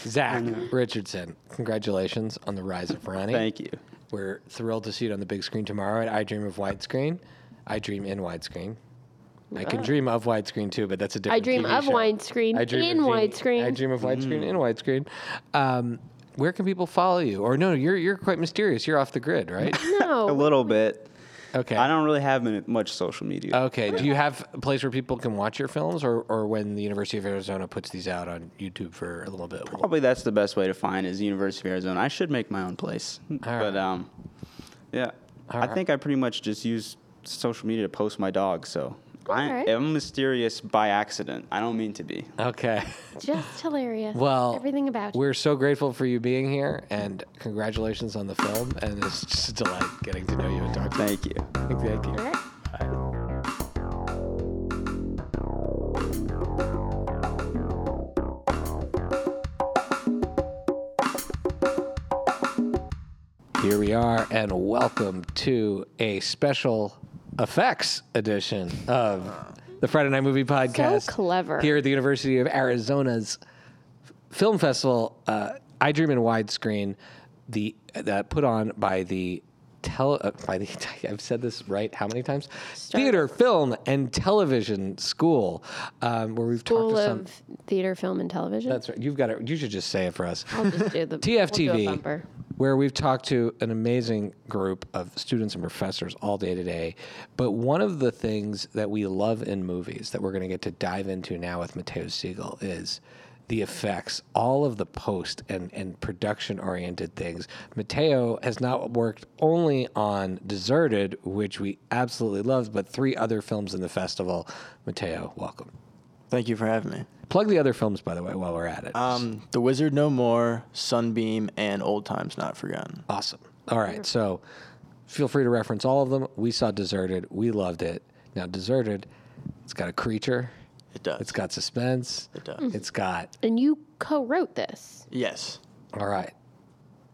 Zach Richardson, congratulations on the rise of Ronnie.
Thank you.
We're thrilled to see it on the big screen tomorrow at I Dream of Widescreen. I dream in widescreen. I can dream of widescreen too, but that's a different.
Ah. dream
TV
of
show.
widescreen in
of Jean-
widescreen.
I dream of widescreen
Mm.
in widescreen. Um, where can people follow you? Or no, you're you're quite mysterious. You're off the grid, right?
A
No,
little bit.
Okay.
I don't really have min- much social media.
Okay. Do you have a place where people can watch your films, or or when the University of Arizona puts these out on YouTube for a little bit?
Probably that's the best way to find is University of Arizona. I should make my own place,
right.
but um, yeah, I
right.
think I pretty much just use social media to post my dog. So I
All right.
am mysterious by accident. I don't mean to be.
Okay.
just hilarious.
Well,
everything about you.
We're so grateful for you being here, and congratulations on the film. And it's just a delight getting to know you and talk to
Thank you.
you. Thank you.
All right.
Here we are, and welcome to a special effects edition of the Friday Night Movie Podcast.
clever.
Here at the University of Arizona's Film Festival, uh, I Dream in Widescreen, the uh, put on by the tele, uh, by the I've said this right how many times? Theater, Film, and Television School, um, where we've
School
talked to some.
of Theater, Film, and Television.
That's right. You've got it. You should just say it for us.
I'll just do the
TFTV,
we'll do a bumper.
where we've talked to an amazing group of students and professors all day today. But one of the things that we love in movies that we're going to get to dive into now with Mateo Siegel is the effects, all of the post and, and production oriented things. Mateo has not worked only on Deserted, which we absolutely loved, but three other films in the festival. Mateo, welcome.
Thank you for having me.
Plug the other films, by the way, while we're at it.
Um, the Wizard No More, Sunbeam, and Old Times Not Forgotten.
Awesome. All right. So feel free to reference all of them. We saw Deserted. We loved it. Now, Deserted, it's got a creature,
It does.
it's got suspense,
Mm.
It does.
it's got.
And you co-wrote this.
Yes.
All right.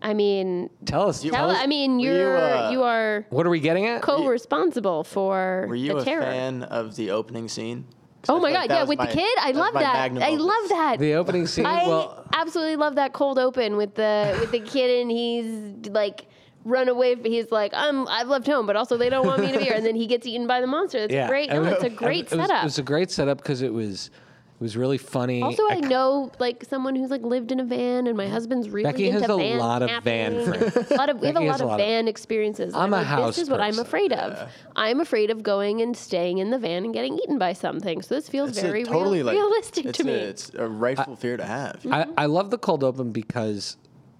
I mean,
Tell us.
tell, I mean,
were you,
you're you,
uh,
are
what are we getting at?
co-responsible for
Were you
the
a
terror.
fan of the opening scene? 'Cause I
Oh
feel
my
like
god,
that
yeah,
was
with
my-
the kid, I
that was
love
my
that.
magnum
I
opus.
love that.
The opening scene.
I
well,
absolutely love that cold open with the with the kid and he's like run away. He's like, I'm I've left home, but also they don't want me to be here. And then he gets eaten by the monster. That's
yeah.
great. No,
it was-
it's a great
it was-
setup.
It was a great setup because it was. It was really funny.
Also, I
c-
know like someone who's like lived in a van, and my husband's really
Becky
into
has a
van
lot of van
camping.
friends.
A lot of, we have a
Becky has
lot of van experiences. and
I'm a
like,
house
This is what I'm
person.
afraid of. I'm afraid of going and staying in the van and getting eaten by something. So this feels
It's a
very real-
totally like
realistic
it's
to
a,
me.
It's a rightful fear to have.
I, I love the cold open because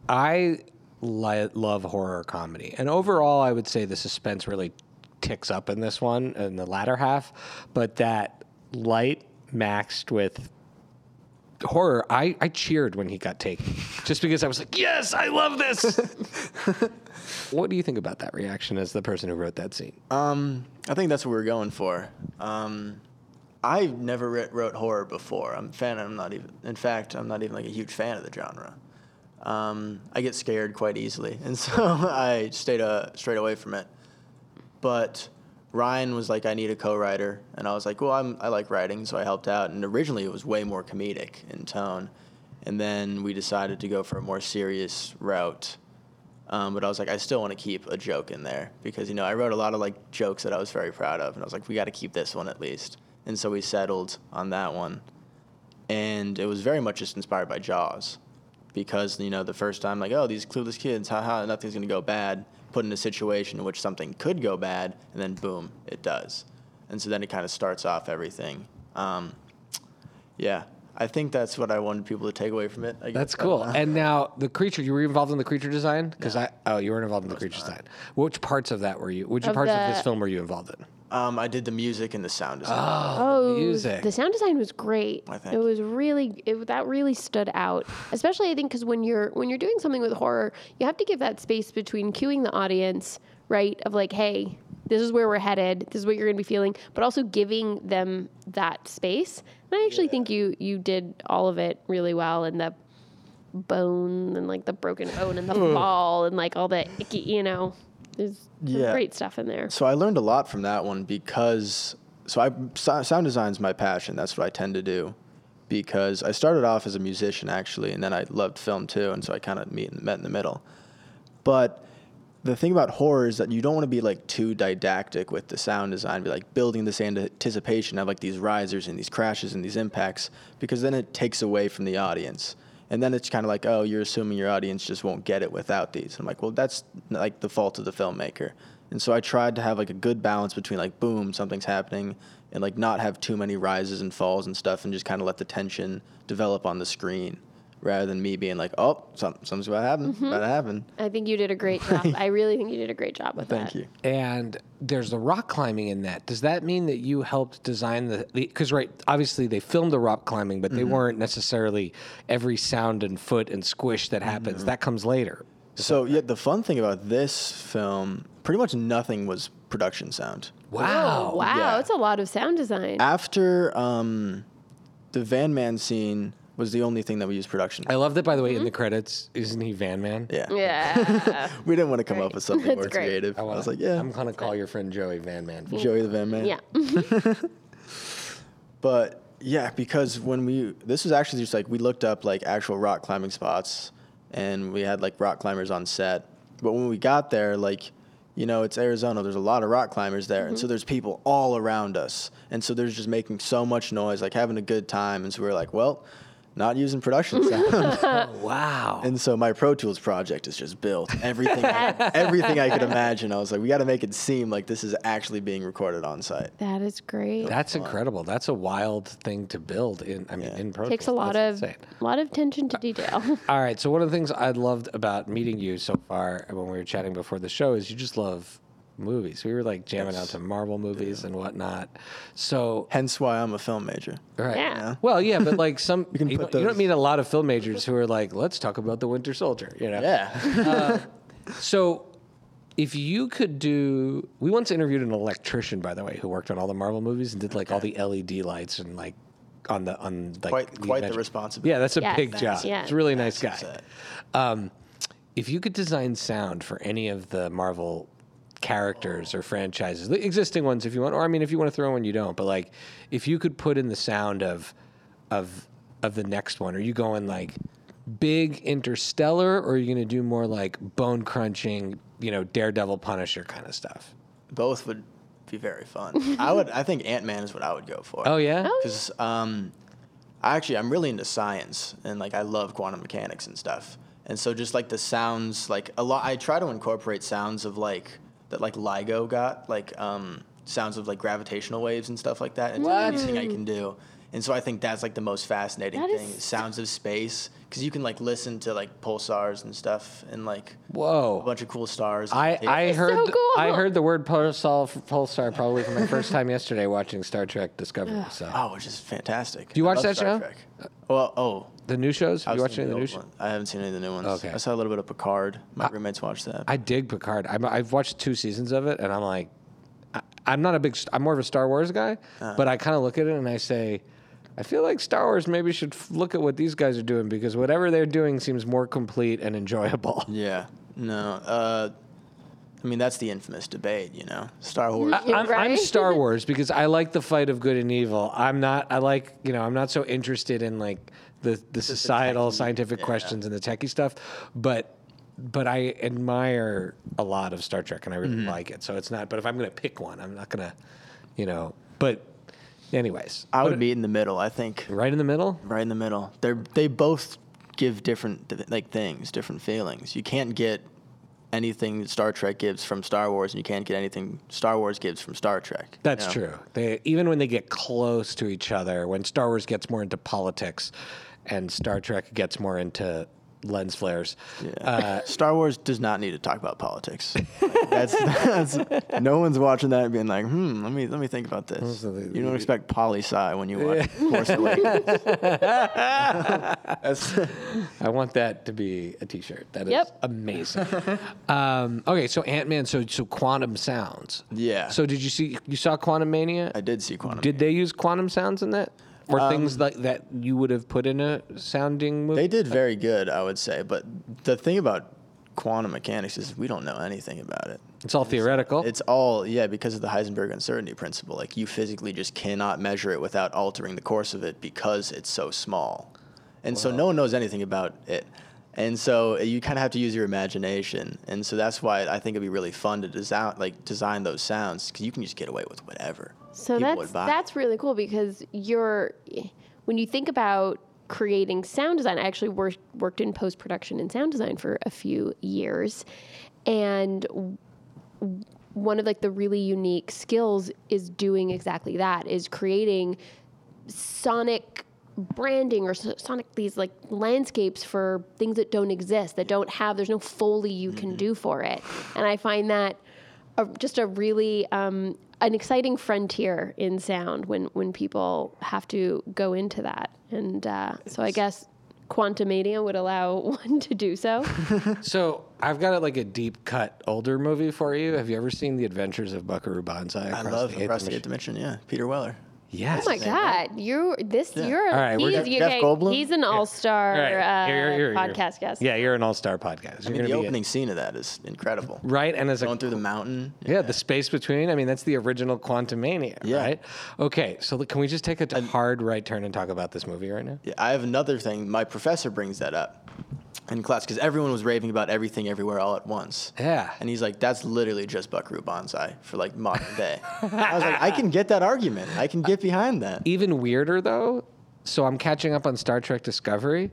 I li- love horror comedy. And overall, I would say the suspense really ticks up in this one, in the latter half. But that light maxed with horror, I, I cheered when he got taken just because I was like, yes, I love this. what do you think about that reaction as the person who wrote that scene?
Um, I think that's what we're going for. Um, I've never writ wrote horror before. I'm a fan. I'm not even. In fact, I'm not even like a huge fan of the genre. Um, I get scared quite easily, and so I stayed uh, straight away from it. But Ryan was like, "I need a co-writer," and I was like, "Well, I'm, I like writing," so I helped out. And originally, it was way more comedic in tone, and then we decided to go for a more serious route. Um, but I was like, I still want to keep a joke in there because you know I wrote a lot of like jokes that I was very proud of, and I was like, we got to keep this one at least. And so we settled on that one, and it was very much just inspired by Jaws, because you know the first time like, oh these clueless kids, haha, nothing's gonna go bad. Put in a situation in which something could go bad, and then boom, it does. And so then it kind of starts off everything. Um, yeah, I think that's what I wanted people to take away from it. I guess. Uh,
That's
I don't
cool.
know.
And now the creature, you were involved in the creature design? Because I, oh, you weren't involved in the creature design. Which parts of that were you, which
Of
parts of this
the-
film were you involved in?
Um, I did the music and the sound design.
Oh,
music.
The sound design was great.
Why, thank
It
you.
was really it, that really stood out, especially I think because when you're when you're doing something with horror, you have to give that space between cueing the audience, right? Of like, hey, this is where we're headed. This is what you're going to be feeling, but also giving them that space. And I actually think you you did all of it really well, and the bone and like the broken bone and the
Mm.
fall and like all the icky, you know, there's some
Yeah.
great stuff in there.
So I learned a lot from that one because so I so- sound design's my passion. That's what I tend to do because I started off as a musician actually, and then I loved film too, and so I kind of meet met in the middle. But the thing about horror is that you don't want to be like too didactic with the sound design, be like building this anticipation of like these risers and these crashes and these impacts, because then it takes away from the audience. And then it's kind of like, oh, you're assuming your audience just won't get it without these. And I'm like, well, that's like the fault of the filmmaker. And so I tried to have like a good balance between like, boom, something's happening, and like not have too many rises and falls and stuff, and just kind of let the tension develop on the screen, rather than me being like, oh, something, something's about to happen, about to happen.
I think you did a great job. I really think you did a great job with that.
Thank you.
and there's the rock climbing in that. Does that mean that you helped design the? Because right, obviously they filmed the rock climbing, but they
Mm-hmm.
weren't necessarily every sound and foot and squish that happens.
Mm-hmm.
That comes later.
So yeah, the fun thing about this film, pretty much nothing was production sound.
Wow.
Oh, wow.
yeah. Ah.
It's a lot of sound design.
After um, the Van Man scene was the only thing that we used production.
I love that. By the way, in the
Mm-hmm.
credits, isn't he Van Man?
yeah.
yeah.
we didn't want to come
Great.
up with something
That's
more
great.
creative. I,
wanna-
was like, yeah,
Oh, I'm gonna call your friend Joey Van Man.
Joey the Van Man.
yeah.
But yeah, because when we this was actually just like we looked up like actual rock climbing spots and we had like rock climbers on set. But when we got there, like, you know, it's Arizona, there's a lot of rock climbers there. And so there's people all around us. And so there's just making so much noise, like having a good time. And so we were like, well, not using production sound.
Wow.
and so my Pro Tools project is just built. Everything I, everything I could imagine. I was like, we gotta make it seem like this is actually being recorded on site.
That is great.
That's incredible. That's a wild thing to build in. I mean, in Pro
Takes a
Tools.
lot
That's
of
insane.
lot of attention to detail.
All right. So one of the things I loved about meeting you so far, when we were chatting before the show, is you just love movies. We were like jamming out to Marvel movies and whatnot. So
Hence why I'm a film major.
right.
Yeah. Yeah.
Well, yeah, but like some you,
can
you
put
don't- you don't
those-
meet a lot of film majors who are like, let's talk about the Winter Soldier. You know.
Yeah.
So if you could do, we once interviewed an electrician, by the way, who worked on all the Marvel movies and did like all the LED lights and like on the on like
quite quite the
magic-
responsibility.
Yeah, that's a
Yes.
big
That's-
job.
yeah.
It's a really nice
That's
guy.
it.
Um, if you could design sound for any of the Marvel characters or franchises, the existing ones if you want, or I mean if you want to throw one you don't, but like if you could put in the sound of of of the next one, are you going like big interstellar or are you gonna do more like bone crunching, you know, daredevil punisher kind of stuff?
Both would be very fun. I would. I think Ant Man is what I would go for.
Oh yeah?
Oh,
Because um, I actually I'm really into science and like I love quantum mechanics and stuff. And so just like the sounds, like a lot, I try to incorporate sounds of like that like LIGO got, like um, sounds of like gravitational waves and stuff like that. It's the biggest thing I can do. And so I think that's like the most fascinating
That
thing:
is-
sounds of space, because you can like listen to like pulsars and stuff, and like
Whoa.
a bunch of cool stars.
I, I
is
heard
so
th- I
cool.
heard the word pulsar pulsar probably for my first time yesterday watching Star Trek Discovery. So
oh, which is fantastic.
you
I
watch
love
that
Star
show?
Trek. Well, oh,
the new shows,
I
have you
was
watched any of the
thinking
new
old
shows?
one. I haven't seen any of the new ones.
Okay.
I saw a little bit of Picard. My roommates watched that.
I dig Picard. I'm, I've watched two seasons of it, and I'm like, I, I'm not a big. I'm more of a Star Wars guy,
Uh-huh.
but I kind of look at it and I say, I feel like Star Wars maybe should f- look at what these guys are doing because whatever they're doing seems more complete and enjoyable.
yeah. No. Uh, I mean, that's the infamous debate, you know. Star Wars.
I, I'm, I'm
Right?
Star Wars because I like the fight of good and evil. I'm not. I like you know. I'm not so interested in like the the societal scientific questions and the techie stuff, but. But I admire a lot of Star Trek, and I
Mm-hmm.
really like it. So it's not. But if I'm going to pick one, I'm not going to, you know. But, anyways,
I would be in the middle. I think
right in the middle.
right in the middle. They are they both give different th- like things, different feelings. You can't get anything that Star Trek gives from Star Wars, and you can't get anything Star Wars gives from Star Trek. you
That's
know?
true. They even when they get close to each other, when Star Wars gets more into politics, and Star Trek gets more into lens flares. uh,
Yeah. Star Wars does not need to talk about politics. Like, that's, that's no one's watching that and being like, hmm, let me let me think about this. You don't expect poli sci when you watch Force Awakens. That's-
I want that to be a T-shirt. That is
Yep.
amazing. um, okay, so Ant Man. So so quantum sounds.
Yeah.
So did you see you saw Quantum Mania?
I did see Quantum. Um,
Did they use quantum sounds in that, or things like that you would have put in a sounding movie?
They did very good, I would say. But the thing about quantum mechanics is we don't know anything about it.
It's all theoretical.
It's all yeah because of the Heisenberg uncertainty principle. Like you physically just cannot measure it without altering the course of it because it's so small, and so no one knows anything about it. And so eh, you kind of have to use your imagination, and so that's why I think it'd be really fun to design like design those sounds because you can just get away with whatever.
So
people
that's
would buy.
that's really cool because you're when you think about creating sound design. I actually worked worked in post production and sound design for a few years, and w- one of like the really unique skills is doing exactly that is creating sonic branding or so- sonic these like landscapes for things that don't exist that don't have there's no foley you
Mm-hmm.
can do for it and i find that a, just a really um, an exciting frontier in sound when when people have to go into that and uh, so i guess quantum media would allow one to do so
so I've got like a deep cut older movie for you. Have you ever seen The Adventures of Buckaroo Banzai?
I
Across
love
the Eighth
across the
Dimension?
eighth dimension. Yeah, Peter Weller.
Yes.
Oh my God, you're this. You're
All right, we're
he's,
Jeff-
you-
Jeff
okay,
Goldblum?
he's an all-star
All right.
uh,
You're- you're- you're-
podcast guest.
Yeah, you're an all-star podcast.
I
You're
mean,
gonna
the
be a-
opening scene of that is incredible.
right, and as a
Going through the mountain.
Yeah, the space between. I mean, that's the original Quantum Mania,
Yeah.
right? Okay, so look, can we just take a hard right turn and talk about this movie right now?
Yeah, I have another thing. My professor brings that up in class because everyone was raving about everything everywhere all at once.
Yeah.
And he's like, that's literally just Buckaroo Banzai for like modern day. I was like, I can get that argument. I can get behind that.
Even weirder though. So I'm catching up on Star Trek Discovery,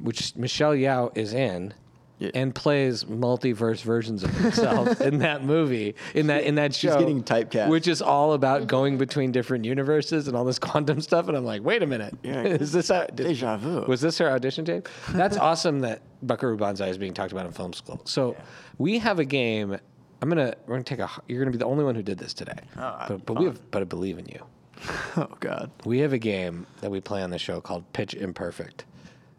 which Michelle Yao is in.
Uh-huh. Yeah.
And plays multiverse versions of himself in that movie, in that in that show,
getting typecast.
which is all about going between different universes and all this quantum stuff. And I'm like, wait a minute,
Yeah.
is this how, did-
Deja vu.
Was this her audition tape? That's awesome that Buckaroo Banzai is being talked about in film school. So we have a game. I'm gonna we're gonna take a. h- You're gonna be the only one who did this today. but but we have but I believe in you.
Oh, God.
We have a game that we play on the show called Pitch Imperfect,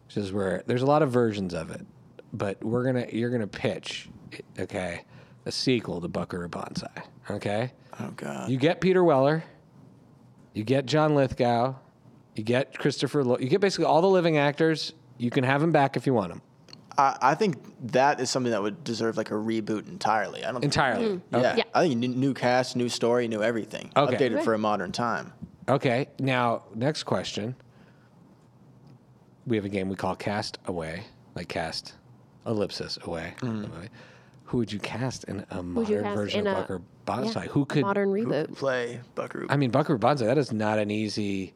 which is where there's a lot of versions of it, but we're gonna you're gonna pitch, okay, a sequel to Buckaroo Banzai. Okay,
Oh, God.
you get Peter Weller, you get John Lithgow, you get Christopher, Lo- you get basically all the living actors. You can have them back if you want them
I, I think that is something that would deserve like a reboot entirely. I don't
entirely.
Yeah.
Yeah.
I think new, new cast, new story, new everything.
Okay.
Updated for a modern time.
Okay. Now, next question. We have a game we call Cast Away, like cast ellipsis away. Who would you cast in a
you
modern
cast
version
in
of
a-
Buckaroo Banzai?
Yeah.
Who could?
modern reboot?
Play Buckaroo.
I mean, Buckaroo Banzai. That is not an easy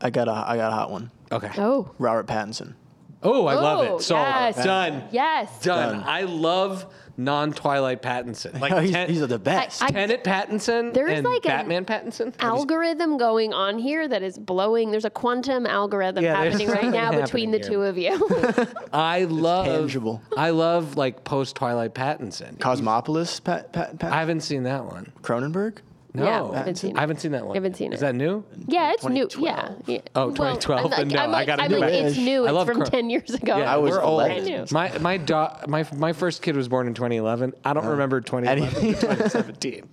I got a I got a hot one.
Okay.
Oh.
Robert Pattinson.
Oh, I love
Oh,
it. Sold.
yes.
Done.
Yes.
Done. I love non-Twilight Pattinson. Like
he's,
ten,
he's the best.
I-
Tenet Pattinson
There is
and
like an
Batman Pattinson.
algorithm going on here that is blowing. There's a quantum algorithm
Yeah, there's
happening right
something
now between the
happening
two of you.
I love
tangible.
I love like post Twilight Pattinson.
Cosmopolis. Pat, Pat, Pat
I haven't seen that one.
Cronenberg.
No,
Yeah, I haven't seen it.
I haven't seen that one.
I haven't seen
Is
it.
that new?
yeah, it's new. Yeah. yeah.
Oh,
Well,
2012,
I'm like-
no,
I'm
I
like,
gotta
I'm
do
like,
it.
it's new.
I
It's
love
from
Cro-
10 years ago.
Yeah,
I was
we're
old.
I knew.
My my da- my my first kid was born in 2011. I
Oh.
don't remember 2011 to 2017.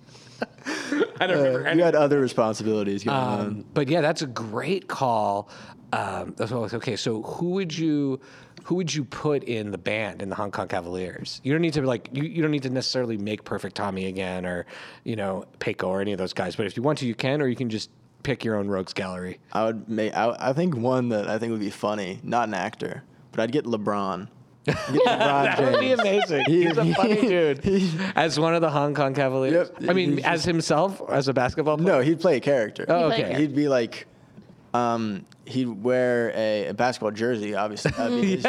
I don't remember.
you had other responsibilities going on.
Um, but yeah, that's a great call. Um, that's what I was- okay, so who would you who would you put in the band in the Hong Kong Cavaliers? You don't need to like you, you don't need to necessarily make Perfect Tommy again or you know Peiko or any of those guys. But if you want to, you can, or you can just pick your own Rogues Gallery.
I would make. I, I think one that I think would be funny. Not an actor, but I'd get LeBron. I'd Get LeBron that
That'd be amazing. He's a funny dude. As one of the Hong Kong Cavaliers.
Yep.
I mean,
He's
as himself, as a basketball player.
No, he'd play a character.
Oh,
He'd play a
okay.
character.
He'd be like, um, he'd wear a, a basketball jersey, obviously. That'd be his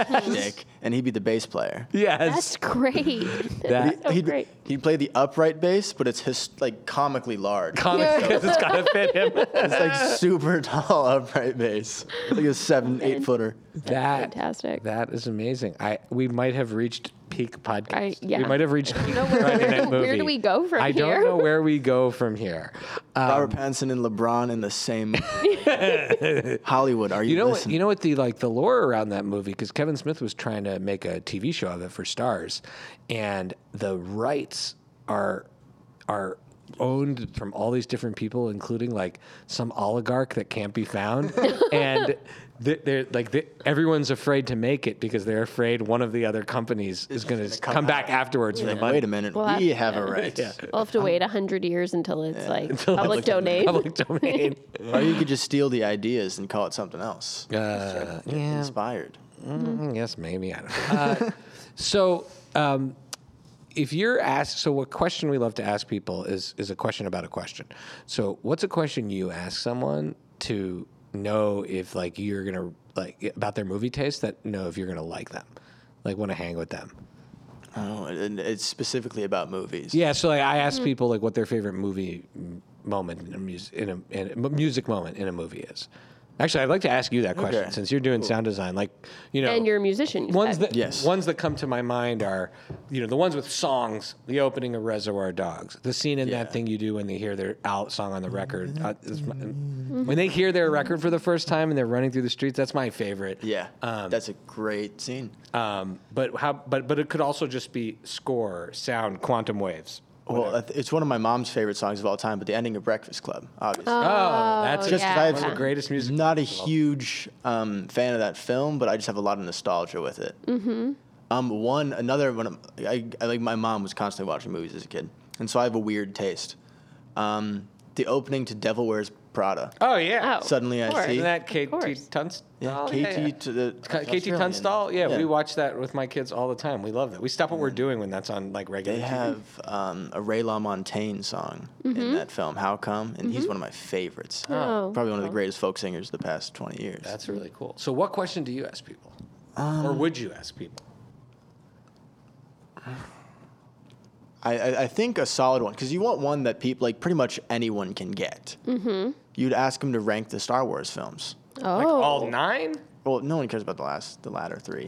shtick, and he'd be the bass player.
Yes.
That's great.
That-
That's so
he'd,
great.
he'd play the upright bass, but it's his like comically large.
Comics, because it's got to fit him.
it's like super tall upright bass, like a seven, eight footer.
That
fantastic.
That is amazing. I we might have reached peak podcast.
I- yeah.
We might have reached peak
know where-
Friday
where
night
do- where
movie.
do we go from
I don't
here?
know where we go from here. Uh,
Robert Pattinson and LeBron in the same movie. Hollywood. Are you,
you know what?
listening?
You know what the like the lore around that movie because Kevin Smith was trying to make a TV show of it for Stars, and the rights are are owned from all these different people, including like some oligarch that can't be found, and. They're, they're like they, everyone's afraid to make it because they're afraid one of the other companies is going to come,
come
back
out.
afterwards with
Like,
the money.
wait a minute,
Well,
we
I-
have a right.
We'll have to wait 100 years until it's like
Until it's
public domain.
public domain.
Or you could just steal the ideas and call it something else.
Uh, yeah.
Inspired.
Mm, yes, maybe. I don't know. Uh, so, um, if you're asked, so what question we love to ask people is is a question about a question. So, what's a question you ask someone to know if like you're gonna like about their movie taste that know if you're gonna like them, like want to hang with them?
Oh, and it's specifically about movies.
Yeah. So, like, I ask people like what their favorite movie m- moment in a, mus- in a, in a m- music moment in a movie is. Actually, I'd like to ask you that question
Okay.
since you're doing sound design. Like, you know,
And you're a musician. you
ones
said.
that
Yes.
ones that come to my mind are you know the ones with songs the opening of reservoir dogs the scene in that
Yeah.
thing you do when they hear their out song on the record uh, is my-
Mm-hmm.
when they hear their record for the first time and they're running through the streets that's my favorite
Yeah. that's a great scene.
um, but how but but it could also just be score sound quantum waves
Well, I th- it's one of my mom's favorite songs of all time, but the ending of Breakfast Club, obviously.
oh, that's
Oh,
just 'cause
yeah.
I
one of the
have
greatest music
not a huge um, fan of that film, but I just have a lot of nostalgia with it. Mm-hmm. Um, one another one. of- I, I like my mom was constantly watching movies as a kid, and so I have a weird taste. Um, the opening to Devil Wears Prada.
oh yeah
Oh,
Suddenly I
of course.
see.
isn't that kate
course.
tunstall
Yeah,
Oh, Yeah,
KT
yeah.
to the
Ka- KT
Australian.
Tunstall, yeah, we watch that with my kids all the time. We love that. We stop what we're doing when that's on like regular.
They
TV.
have um, a Ray LaMontagne song
Mm-hmm.
in that film, How Come? And he's one of my favorites.
Oh.
Probably one of the greatest folk singers of the past 20 years.
That's really cool. So, what question do you ask people, or would you ask people?
I, I, I think a solid one, because you want one that people, like pretty much anyone can get. Mm-hmm. You'd ask them to rank the Star Wars films.
Oh.
Like all nine?
Well, no one cares about the last, the latter three,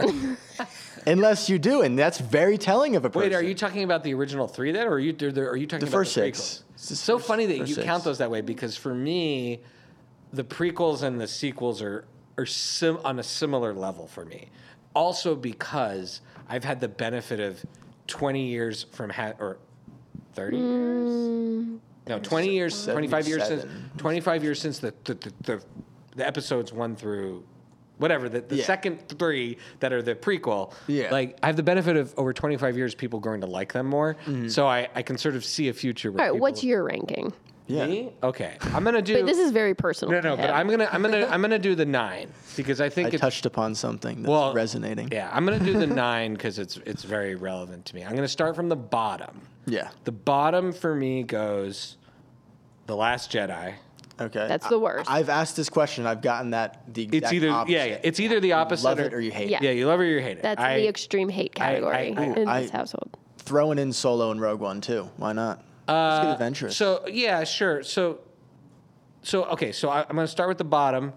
unless you do, and that's very telling of a person.
Wait, are you talking about the original three then, or are you are, there, are you talking
The
about
first
the
six.
prequels?
It's the
It's so
first-
funny that
first
you
six.
count those that way because for me, the prequels and the sequels are are sim- on a similar level for me. Also because I've had the benefit of twenty years from ha- or thirty years. No, twenty years, twenty five years since
77.
twenty five years since the the, the, the the episodes one through whatever the, the
Yeah.
second three that are the prequel
Yeah.
like I have the benefit of over 25 years people growing to like them more.
Mm-hmm.
So I, I can sort of see a future. Where
All right, what's
people-
your ranking?
Yeah.
Me? Okay, I'm gonna do.
But this is very personal.
no, no.
to
But
him.
I'm gonna I'm gonna I'm gonna do the nine because I think
I
it's
touched upon something that's
well
resonating.
Yeah, I'm gonna do the nine because it's it's very relevant to me. I'm gonna start from the bottom.
Yeah.
The bottom for me goes, the Last Jedi.
Okay.
That's
I-
the worst.
I've asked this question. I've gotten that the exact
It's either
opposite.
yeah, yeah, it's either the opposite
love it or you hate it.
Yeah.
Yeah, you love it or you hate it.
That's
I-
the extreme hate
I- I-
category
ooh,
in
I-
this household.
Throwing in Solo and Rogue One too. Why not? Let's get adventurous.
Uh, So yeah, sure. So, so okay. So I, I'm gonna start with the bottom.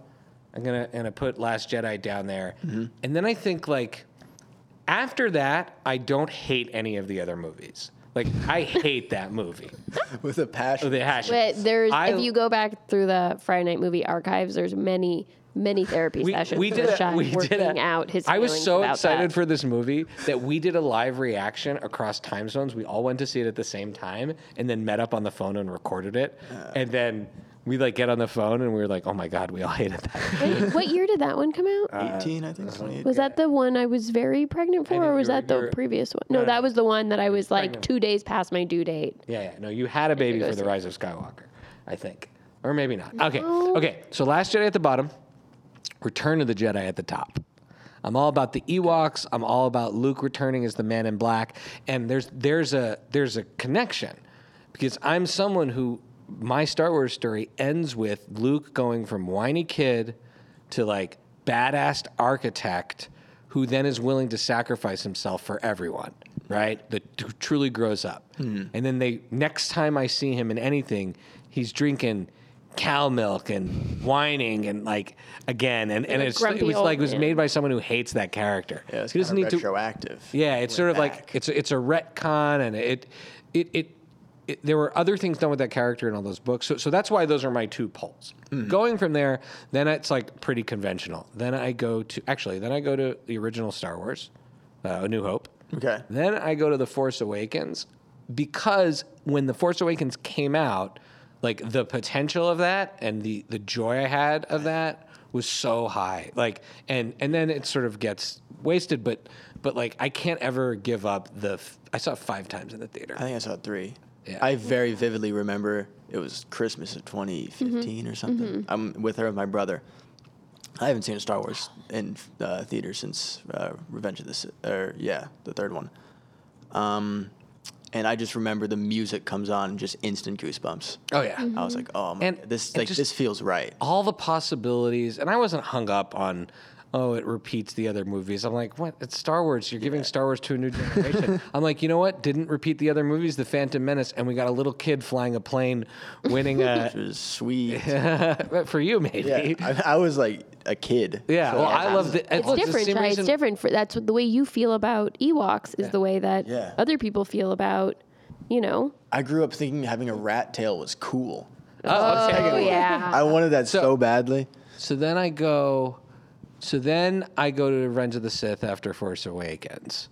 I'm gonna and I put Last Jedi down there, and then I think like after that, I don't hate any of the other movies. Like I hate that movie.
with a passion.
The hash.
But there's
I-
if you go back through the Friday Night Movie archives, there's many many therapy sessions with Sean working out his.
I was
feelings
so
about
excited
that.
for this movie that we did a live reaction across time zones. We all went to see it at the same time and then met up on the phone and recorded it. and then we like get on the phone and we were like, "Oh my god, we all hated that."
Wait, what year did that one come out?
18, I
Uh-huh.
think. 28.
was that the one I was very pregnant for,
think
or was
you were- uh,
that the
you were-
previous one? No, that was the one that I was like two days past my due date.
yeah, yeah. No, you had a baby
go
for the
see it.
Rise of Skywalker, I think. Or maybe not. Okay. Okay. So Last Jedi at the bottom, Return of the Jedi at the top. I'm all about the Ewoks. I'm all about Luke returning as the man in black. And there's there's a there's a connection because I'm someone who my Star Wars story ends with Luke going from whiny kid to like badass architect who then is willing to sacrifice himself for everyone, right? That who truly grows up.
Hmm.
And then they next time I see him in anything, he's drinking cow milk and whining and like again and, and
Like
it's it
grumpy
was
old
like it was
man.
made by someone who hates that character.
Yeah, it's
he doesn't
kinda
need to
retroactive.
yeah, it's sort of like
back.
it's it's a retcon, and it it it. it there were other things done with that character in all those books, so so that's why those are my two polls.
Mm-hmm.
Going from there, then it's like pretty conventional. Then I go to actually, then I go to the original Star Wars, uh, A New Hope.
Okay.
Then I go to The Force Awakens because when The Force Awakens came out, like the potential of that and the the joy I had of that was so high. Like and and then it sort of gets wasted but but like I can't ever give up the f- I saw it 5 times in the theater.
I think I saw three.
Yeah.
I very vividly remember it was Christmas of 2015 or something. I'm with her and my brother. I haven't seen a Star Wars in uh, theater since uh, Revenge of the Sith, or yeah, the third one. Um, and I just remember the music comes on and just instant goosebumps.
oh yeah.
I was like, oh my,
And-
God, this
and
like
just-
this feels right.
all the possibilities and i wasn't hung up on oh it repeats the other movies i'm like what it's star wars you're giving star wars to a new generation i'm like you know what didn't repeat the other movies the phantom menace and we got a little kid flying a plane winning
It
a
was sweet.
for you maybe yeah,
Yeah, I, I was like a kid. so
well i love the
It's
well, the
different,
same
Shai.
reason-
It's different. For, that's what, the way you feel about Ewoks is the way that
Yeah.
other people feel about, you know.
I grew up thinking having a rat tail was cool.
oh, okay.
Oh yeah.
I wanted that so, badly.
so then i go so then i go to revenge of the sith after force awakens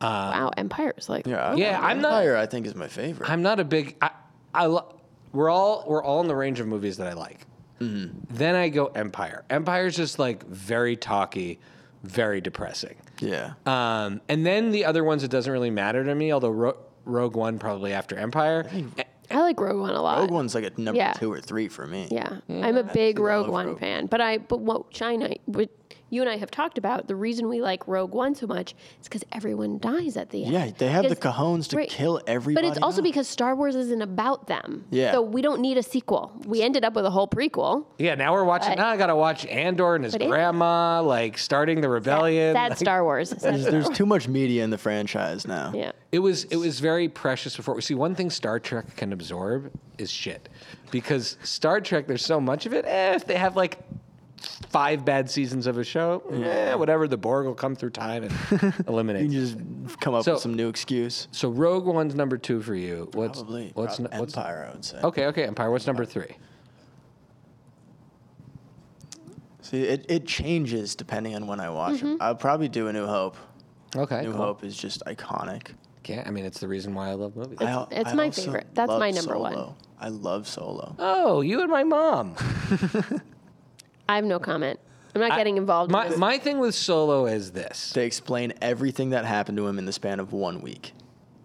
wow, Empire is like
Yeah,
Yeah, I'm not-
Empire, I think is my favorite.
I'm not a big. I, I lo- we're all we're all in the range of movies that I like. Then I go Empire. Empire's just like very talky, very depressing.
yeah,
Um, and then the other ones it doesn't really matter to me. Although Ro- Rogue One probably after Empire. Eh,
I like Rogue One a lot.
Rogue One's like a number
Yeah.
two or three for me.
Yeah,
Mm,
I'm a big Rogue
love
One
Rogue.
fan, but I but what China, what you and I have talked about, the reason we like Rogue One so much is because everyone dies at the end.
Yeah, they have the
Because-
cojones to
right.
kill
But
everybody.
it's also
off.
because Star Wars isn't about them.
Yeah.
So we don't need a sequel. We ended up with a whole prequel.
Yeah, now we're watching.
But-
now I gotta watch Andor and his
But it-
grandma, like starting the rebellion.
Sad
like-
Star Wars. Sad
there's,
Star
there's
Wars.
too much media in the franchise now.
Yeah.
It was it was very precious before. See, one thing Star Trek can absorb is shit, because Star Trek there's so much of it. Eh, if they have like five bad seasons of a show, eh, whatever. The Borg will come through time and
You
eliminate.
can just come up
So-
with some new excuse.
so Rogue One's number two for you. What's
Probably.
what's
Probably
n- what's
Empire, I would say.
okay okay Empire. What's number three?
See, it, it changes depending on when I watch them.
Mm-hmm.
I'll probably do A New Hope.
Okay,
New
cool.
Hope is just iconic.
Yeah, I mean it's the reason why I love movies.
I al-
it's
I
my
also
favorite. That's
love
my number one.
Solo. I love Solo.
oh, you and my mom.
I have no comment. I'm not getting involved.
My
in this.
my thing with Solo is this.
They explain everything that happened to him in the span of one week.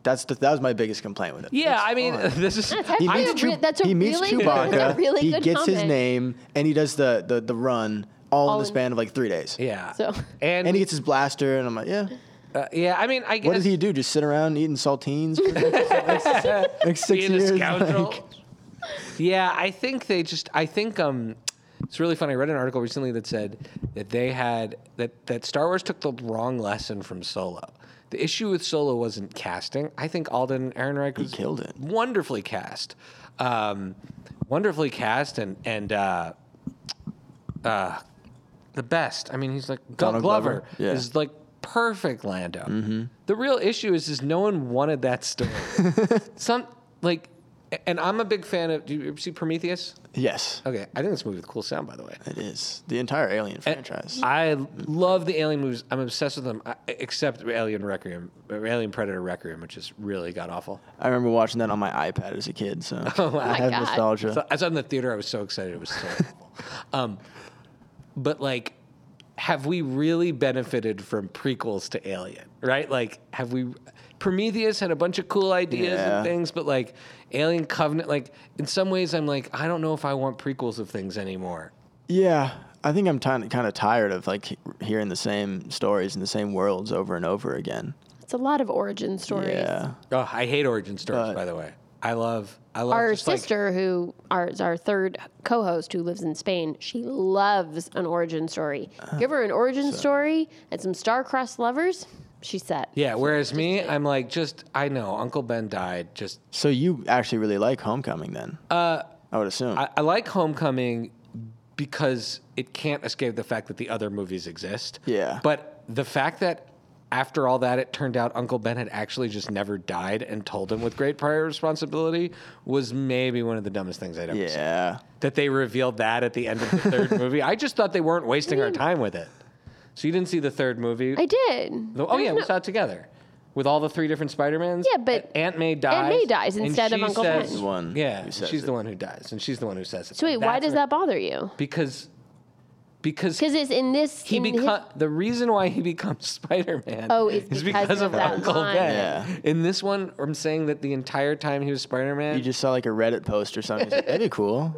That's the, that was my biggest complaint with it.
Yeah, I mean this is.
that's actually
He meets,
a re-
Chew-
that's a
he meets
really,
Chewbacca.
That's a really
he
good
gets his
comment.
name, and he does the the, the run all, in
All
the
in-
span of like three days.
Yeah.
So-
and,
And he gets his blaster, and I'm like, yeah.
uh, yeah, I mean, I guess
What did he do? Just sit around eating saltines for like, six
being
years?
a scoundrel. Yeah, I think they just. I think um, it's really funny. I read an article recently that said that they had that that Star Wars took the wrong lesson from Solo. The issue with Solo wasn't casting. I think Alden Ehrenreich was
killed it.
Wonderfully cast, um, wonderfully cast, and and uh, uh, the best. I mean, he's like Donald
Donald
Glover,
Glover, yeah. Mm-hmm.
is like perfect Lando. The real issue is, is no one wanted that story. Some like, and I'm a big fan of. Do you ever see Prometheus?
Yes,
Okay, I think this movie with cool sound, by the way.
it is the entire Alien
And
franchise.
I love the Alien movies. I'm obsessed with them, I- except Alien Requiem, or Alien Predator Requiem, which is really god awful.
I remember watching that on my iPad as a kid, so I
God.
have nostalgia.
Oh So I was in the theater. I was so excited. It was so awful. Um, but like, have we really benefited from prequels to Alien? Right? Like, have we? Prometheus had a bunch of cool ideas
Yeah.
and things, but like Alien Covenant, like in some ways, I'm like, I don't know if I want prequels of things anymore.
Yeah, I think I'm kind of kind of tired of like he- hearing the same stories and the same worlds over and over again.
It's a lot of origin stories.
Yeah,
Oh, I hate origin stories,
But-
by the way. I love, I love
Our
just, like-
sister, who our, is our third co host who lives in Spain, she loves an origin story.
Uh,
Give her an origin story and some star-crossed lovers, she's set.
yeah. Whereas me, I'm like, just I know Uncle Ben died. Just
so you actually really like Homecoming then? Uh, I would assume.
I, I like Homecoming because it can't escape the fact that the other movies exist.
Yeah.
But the fact that after all that, it turned out Uncle Ben had actually just never died and told him with great prior responsibility was maybe one of the dumbest things I'd ever seen.
yeah,
That they revealed that at the end of the third movie. I just thought they weren't wasting our time with it. So you didn't see the third movie.
I did.
No, oh
There's
yeah, we
no-
saw it together with all the three different Spider Mans.
Yeah, but
Aunt May dies.
May dies
and
instead of
she
Uncle
says-
Ben.
The one
Yeah,
who says
she's
it.
the one who dies, and she's the one who says it.
So wait, why
That's
does
an-
that bother you?
Because because
Because it's in this.
he
in his-
become the reason why he becomes Spider Man.
Oh, is because of that
Uncle
line.
Ben.
Yeah.
In this one, I'm saying that the entire time he was Spider
you
Man.
just saw like a Reddit post or something. It's Like, That'd be cool.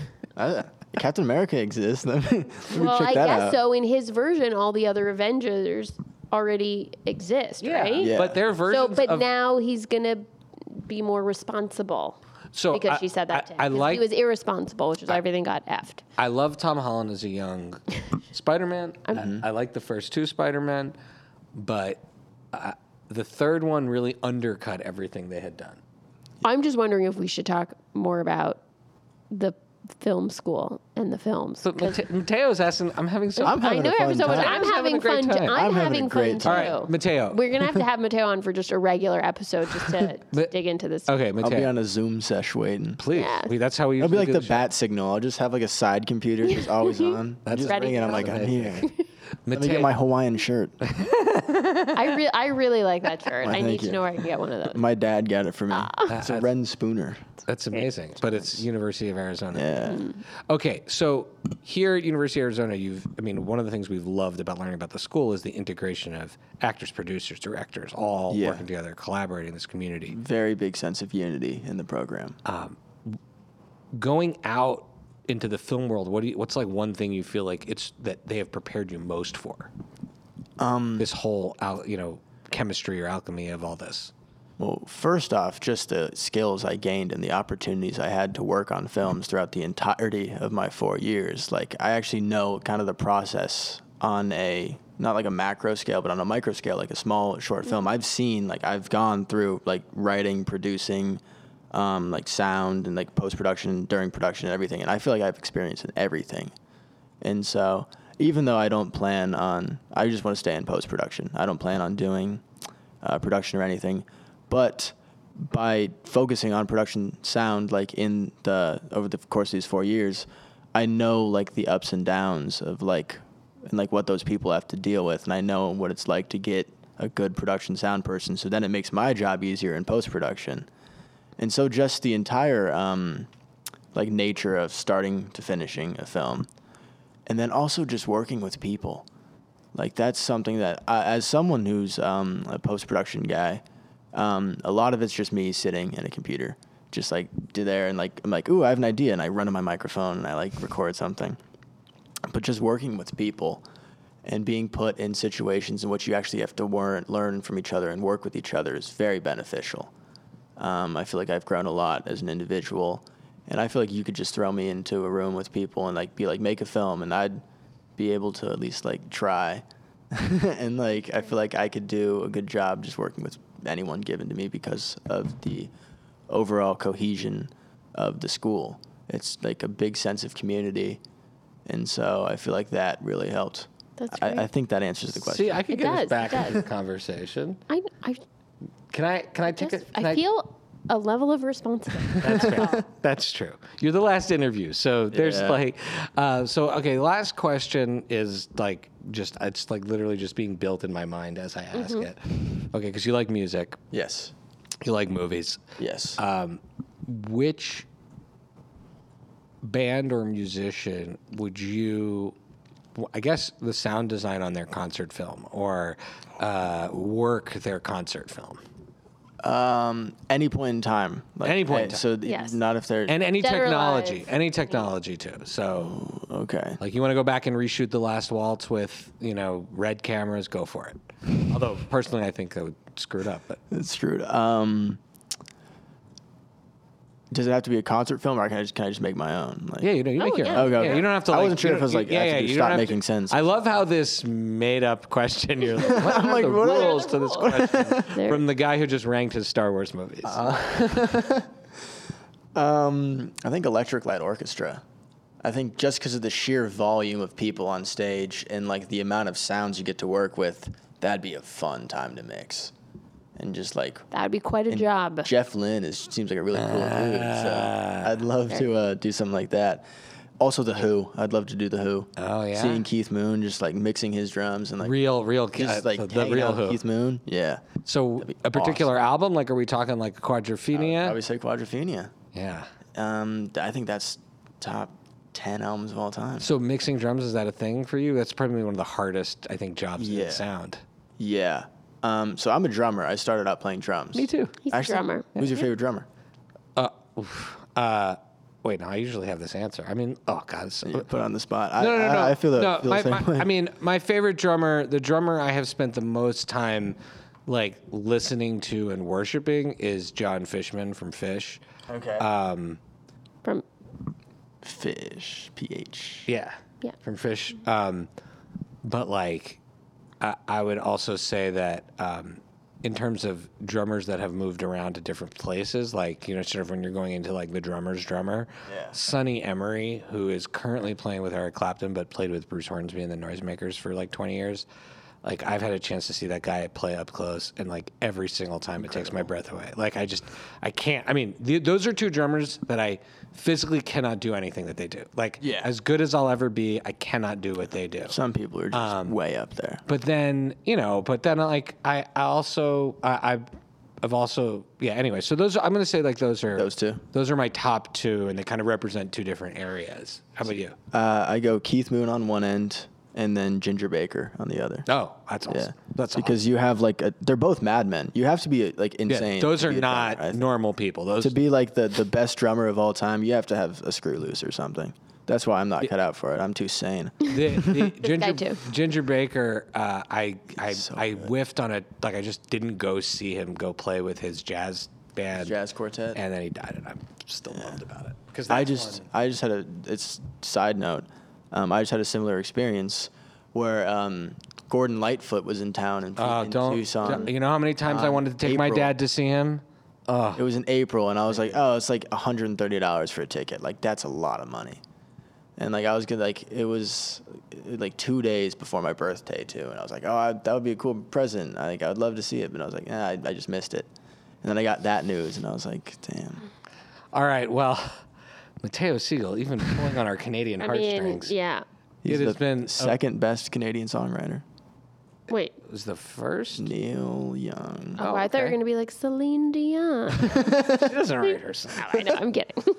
I, Captain America exists. Let me, let me
well,
check
I
that
guess
out.
so. In his version, all the other Avengers already exist, right?
Yeah.
But their
So,
version.
but now he's gonna be more responsible
so
because
I-
she said that
I-
to him.
I
'Cause
like
he was irresponsible, which is why everything got effed.
I love Tom Holland as a young Spider Man. I, I like the first two Spider Man, but uh, the third one really undercut everything they had done.
I'm just wondering if we should talk more about the film school and the films.
But Mate- Mateo's asking, I'm having so.
I'm
I
having
know
a
you're having
fun
so much.
time.
I'm
Mateo's having
having,
a great
fun.
time.
Too. I'm,
I'm having a
having, fun
great
too.
time.
All right, Mateo.
We're gonna have to have Mateo on for just a regular episode just to
But-
dig into this.
okay, Mateo.
I'll be on a Zoom sesh waiting.
Please,
Yeah.
We- that's how we.
It'll be
usually
like
do
the
show.
bat signal. I'll just have like a side computer just always on. That's just
Ready.
ring it. I'm like, I'm here. Let me
Mateo-
get my Hawaiian shirt.
I re- I really like that shirt. I
thank
need to
you.
know where I can get one of those.
My dad got it for me.
Ah.
it's a Ren Spooner.
That's amazing. But it's University of Arizona.
Yeah.
Okay, so here at University of Arizona, you've I mean, one of the things we've loved about learning about the school is the integration of actors, producers, directors, all
Yeah.
working together, collaborating in this community.
Very big sense of unity in the program.
Going out into the film world, what do you, what's like one thing you feel like it's that they have prepared you most for? Um this whole al- you know, chemistry or alchemy of all this.
Well, first off, just the skills I gained and the opportunities I had to work on films throughout the entirety of my four years. Like, I actually know kind of the process on a not like a macro scale, but on a micro scale, like a small short film. I've seen, like, I've gone through like writing, producing, um, like sound and like post production, during production, and everything. And I feel like I've experienced in everything. And so, even though I don't plan on, I just want to stay in post production. I don't plan on doing uh, production or anything. But by focusing on production sound, like in the over the course of these four years, I know like the ups and downs of like and like what those people have to deal with, and I know what it's like to get a good production sound person. So then it makes my job easier in post production. And so just the entire um, like nature of starting to finishing a film, and then also just working with people, like that's something that I, as someone who's um, a post production guy, um, a lot of it's just me sitting in a computer, just like do there and like I'm like ooh I have an idea and I run to my microphone and I like record something, but just working with people. And being put in situations in which you actually have to learn, learn from each other and work with each other is very beneficial. Um, I feel like I've grown a lot as an individual, And I feel like you could just throw me into a room with people and like be like make a film, and I'd be able to at least like try. and like I feel like I could do a good job just working with anyone given to me because of the overall cohesion of the school. It's like a big sense of community, and so I feel like that really helped.
That's
I, I
great.
think that answers the question.
See, I can
It
get
does,
us
it
back into
does.
the conversation.
I, I,
Can I? Can I take
just,
it?
I feel a level of responsibility.
That's fair. That's true. You're the last interview, so there's
Yeah.
like, uh, so okay. Last question is like just it's like literally just being built in my mind as I ask it. Okay, because you like music,
yes,
you like movies.
yes.
Uh, Which band or musician would you? I guess the sound design on their concert film or uh, work their concert film,
Um, any point in time. Like,
Any point in
eh,
time.
So th-
Yes.
not if they're
and any
Dead or
technology,
alive.
any technology too. So.
okay.
Like you want to go back and reshoot the last waltz with you know red cameras, go for it. Although personally, I think that would screw it up. But
It's screwed. Um, does it have to be a concert film, or can I just can I just make my own? Like,
yeah, you know, you
Oh,
make your
yeah.
own.
Okay,
Yeah,
okay.
you don't have to.
I
Like,
wasn't sure
you
if
don't-
it was, like,
you-
I have to
you
stop
don't have
making sense.
I love how this made up question. You're like, what are
like,
the
what are the
rules to this question
There-
from the guy who just ranked his Star Wars movies?
Uh, Um, I think Electric Light Orchestra. I think just because of the sheer volume of people on stage and like the amount of sounds you get to work with, that'd be a fun time to mix. And just like
That would be quite a
And
job.
Jeff Lynn is seems like a really cool dude. So
Ah,
I'd love to uh, do something like that. Also, the Who. I'd love to do the Who.
Oh, yeah?
Seeing Keith Moon just like mixing his drums and like
real, real,
just
uh,
like
the- the
hanging
real
out with
who.
Keith Moon. Yeah.
So
That'd be Uh,
a particular album? Like, are we talking like Quadrophenia?
I would say Quadrophenia.
yeah.
Um, th- I think that's top ten albums of all time.
So mixing drums is that a thing for you? That's probably one of the hardest I think jobs
Yeah.
in sound.
Yeah. Um, so I'm a drummer. I started out playing drums.
Me too.
He's a drummer.
Who's your favorite drummer?
Uh, wait, no, I usually have this answer. I mean, oh god, it's,
You put on the spot. I,
no, no,
I-
no.
I feel the,
no,
feel the
my,
same
my-
way.
I mean, my favorite drummer, the drummer I have spent the most time like listening to and worshiping is John Fishman from Fish.
okay.
uh,
From
Fish. PH.
Yeah.
Yeah.
From Fish. Um, but like, I, I would also say that um, in terms of drummers that have moved around to different places, like, you know, sort of when you're going into like the drummer's drummer,
Yeah.
Sonny Emery, who is currently playing with Eric Clapton, but played with Bruce Hornsby and the Noisemakers for like 20 years. Like I've had a chance to see that guy play up close, and like every single time it takes my breath away. Like I just, I can't. I mean, th- those are two drummers that I physically cannot do anything that they do. Like,
Yeah.
as good as I'll ever be, I cannot do what they do.
Some people are just
Um,
way up there.
But then you know, but then like I, I also I, I I've also yeah. Anyway, so those are, I'm gonna say like those are
Those two?
Those are my top two, and they kind of represent two different areas. How about you?
Uh, I go Keith Moon on one end and then Ginger Baker on the other.
Oh, that's awesome.
Yeah,
That's awesome.
because you have like a, they're both madmen. You have to be like
Yeah,
insane.
those
to
are
be a
not
drummer, I think.
normal people. Those
to be like the the best drummer of all time. You have to have a screw loose or something. That's why I'm not cut out for it. I'm too sane.
the, the
guy
Ginger,
too.
Ginger Baker, uh, I I
so
I whiffed on it. Like I just didn't go see him go play with his jazz band,
Jazz quartet.
and then he died, and I'm still bummed about it. Because
I just I just had a it's side note. Um, I just had a similar experience where um, Gordon Lightfoot was in town in,
uh,
in
don't
Tucson.
you know how many times I
on
wanted to take my
April.
dad to see him.
It was in April, and I was like, oh, it's like $130 for a ticket. Like, that's a lot of money. And like, I was gonna, like, it was uh, like two days before my birthday, too. And I was like, oh, I, that would be a cool present. I think I would love to see it. But I was like, nah, I, I just missed it. And then I got that news, and I was like, damn.
All right, well, Mateo Siegel, even pulling on our Canadian
I mean,
heartstrings.
yeah.
He's
It has
the
been oh, a-
second best Canadian songwriter,
Wait.
It was the first.
Neil Young.
Uh,
Oh, I thought you were
okay.
gonna be like Celine Dion.
She doesn't write her song.
No, I know. I'm kidding.
Uh,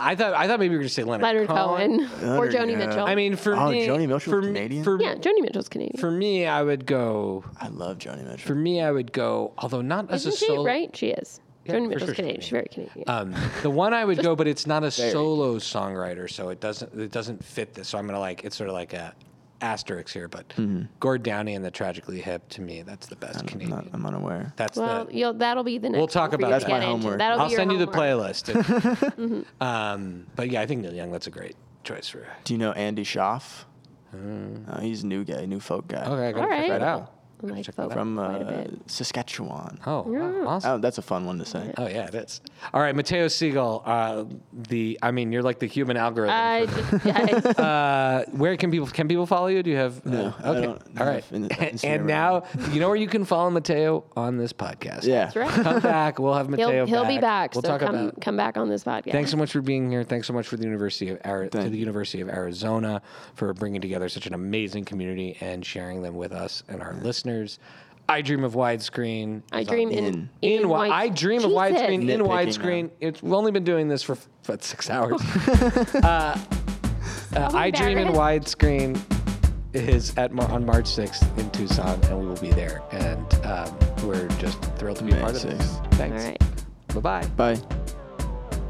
I thought I thought maybe we were gonna say Leonard,
Leonard Cohen or
Leonard,
Joni
yeah.
Mitchell.
I mean, for
Oh,
me,
Joni Mitchell
for
was
me-
Canadian?
For,
yeah, Joni Mitchell's Canadian.
for me, I would go.
I love Johnny Mitchell.
For me, I would go. Although not as
Isn't
a
she
solo.
right? She is.
Yeah, for
Joni Mitchell's
sure she's
Canadian. She's very Canadian.
Um, the one I would go, but it's not a solo songwriter, so it doesn't it doesn't fit this. So I'm gonna like it's sort of like a asterisks here, but Gord Downey and the Tragically Hip to me that's the best
I'm,
Canadian.
not, I'm unaware.
that's
Well,
the.
you'll, that'll be the next.
We'll talk
one for you
about
to
that.
get
That's
my
into.
homework.
That'll be
I'll
your
send you the
homework. Mm-hmm.
playlist. um, but yeah, I think Neil Young. That's a great choice for.
Do you know Andy Schaff? Uh, he's a new guy, new folk guy.
Okay, Oh, I gotta
All
check
right.
that out.
I like
Check that
folk
out.
From
quite a
uh,
bit.
Saskatchewan.
Oh, wow, awesome.
Oh, that's a fun one to say.
Oh yeah, it is. All right, Mateo Siegel. Uh, the I mean, you're like the human algorithm.
I just, yeah, I-
uh, where can people can people follow you? Do you have
No,
Uh,
I
okay.
don't
All
have
right.
an- an
and,
Instagram
now you know where you can follow Mateo on this podcast.
Yeah.
that's right.
Come back. We'll have
He'll,
Mateo.
he'll be back.
We'll
so
talk
come,
about.
come back on this podcast.
Thanks so much for being here. Thanks so much for the University of Ari- to
Thank
the
you.
University of Arizona for bringing together such an amazing community and sharing them with us and our listeners. I dream of widescreen.
I
is on-
dream in
In.
in, wi-
wide-
I dream of
Jesus.
widescreen in
Nitpicking
widescreen.
now.
It's we've only been doing this for f- about six hours. uh, uh, I dream in widescreen is at Mar- on March 6th in Tucson, and we will be there. And um, we're just thrilled to be
May
part of this.
6th.
All
Thanks.
right.
Bye bye.
Bye.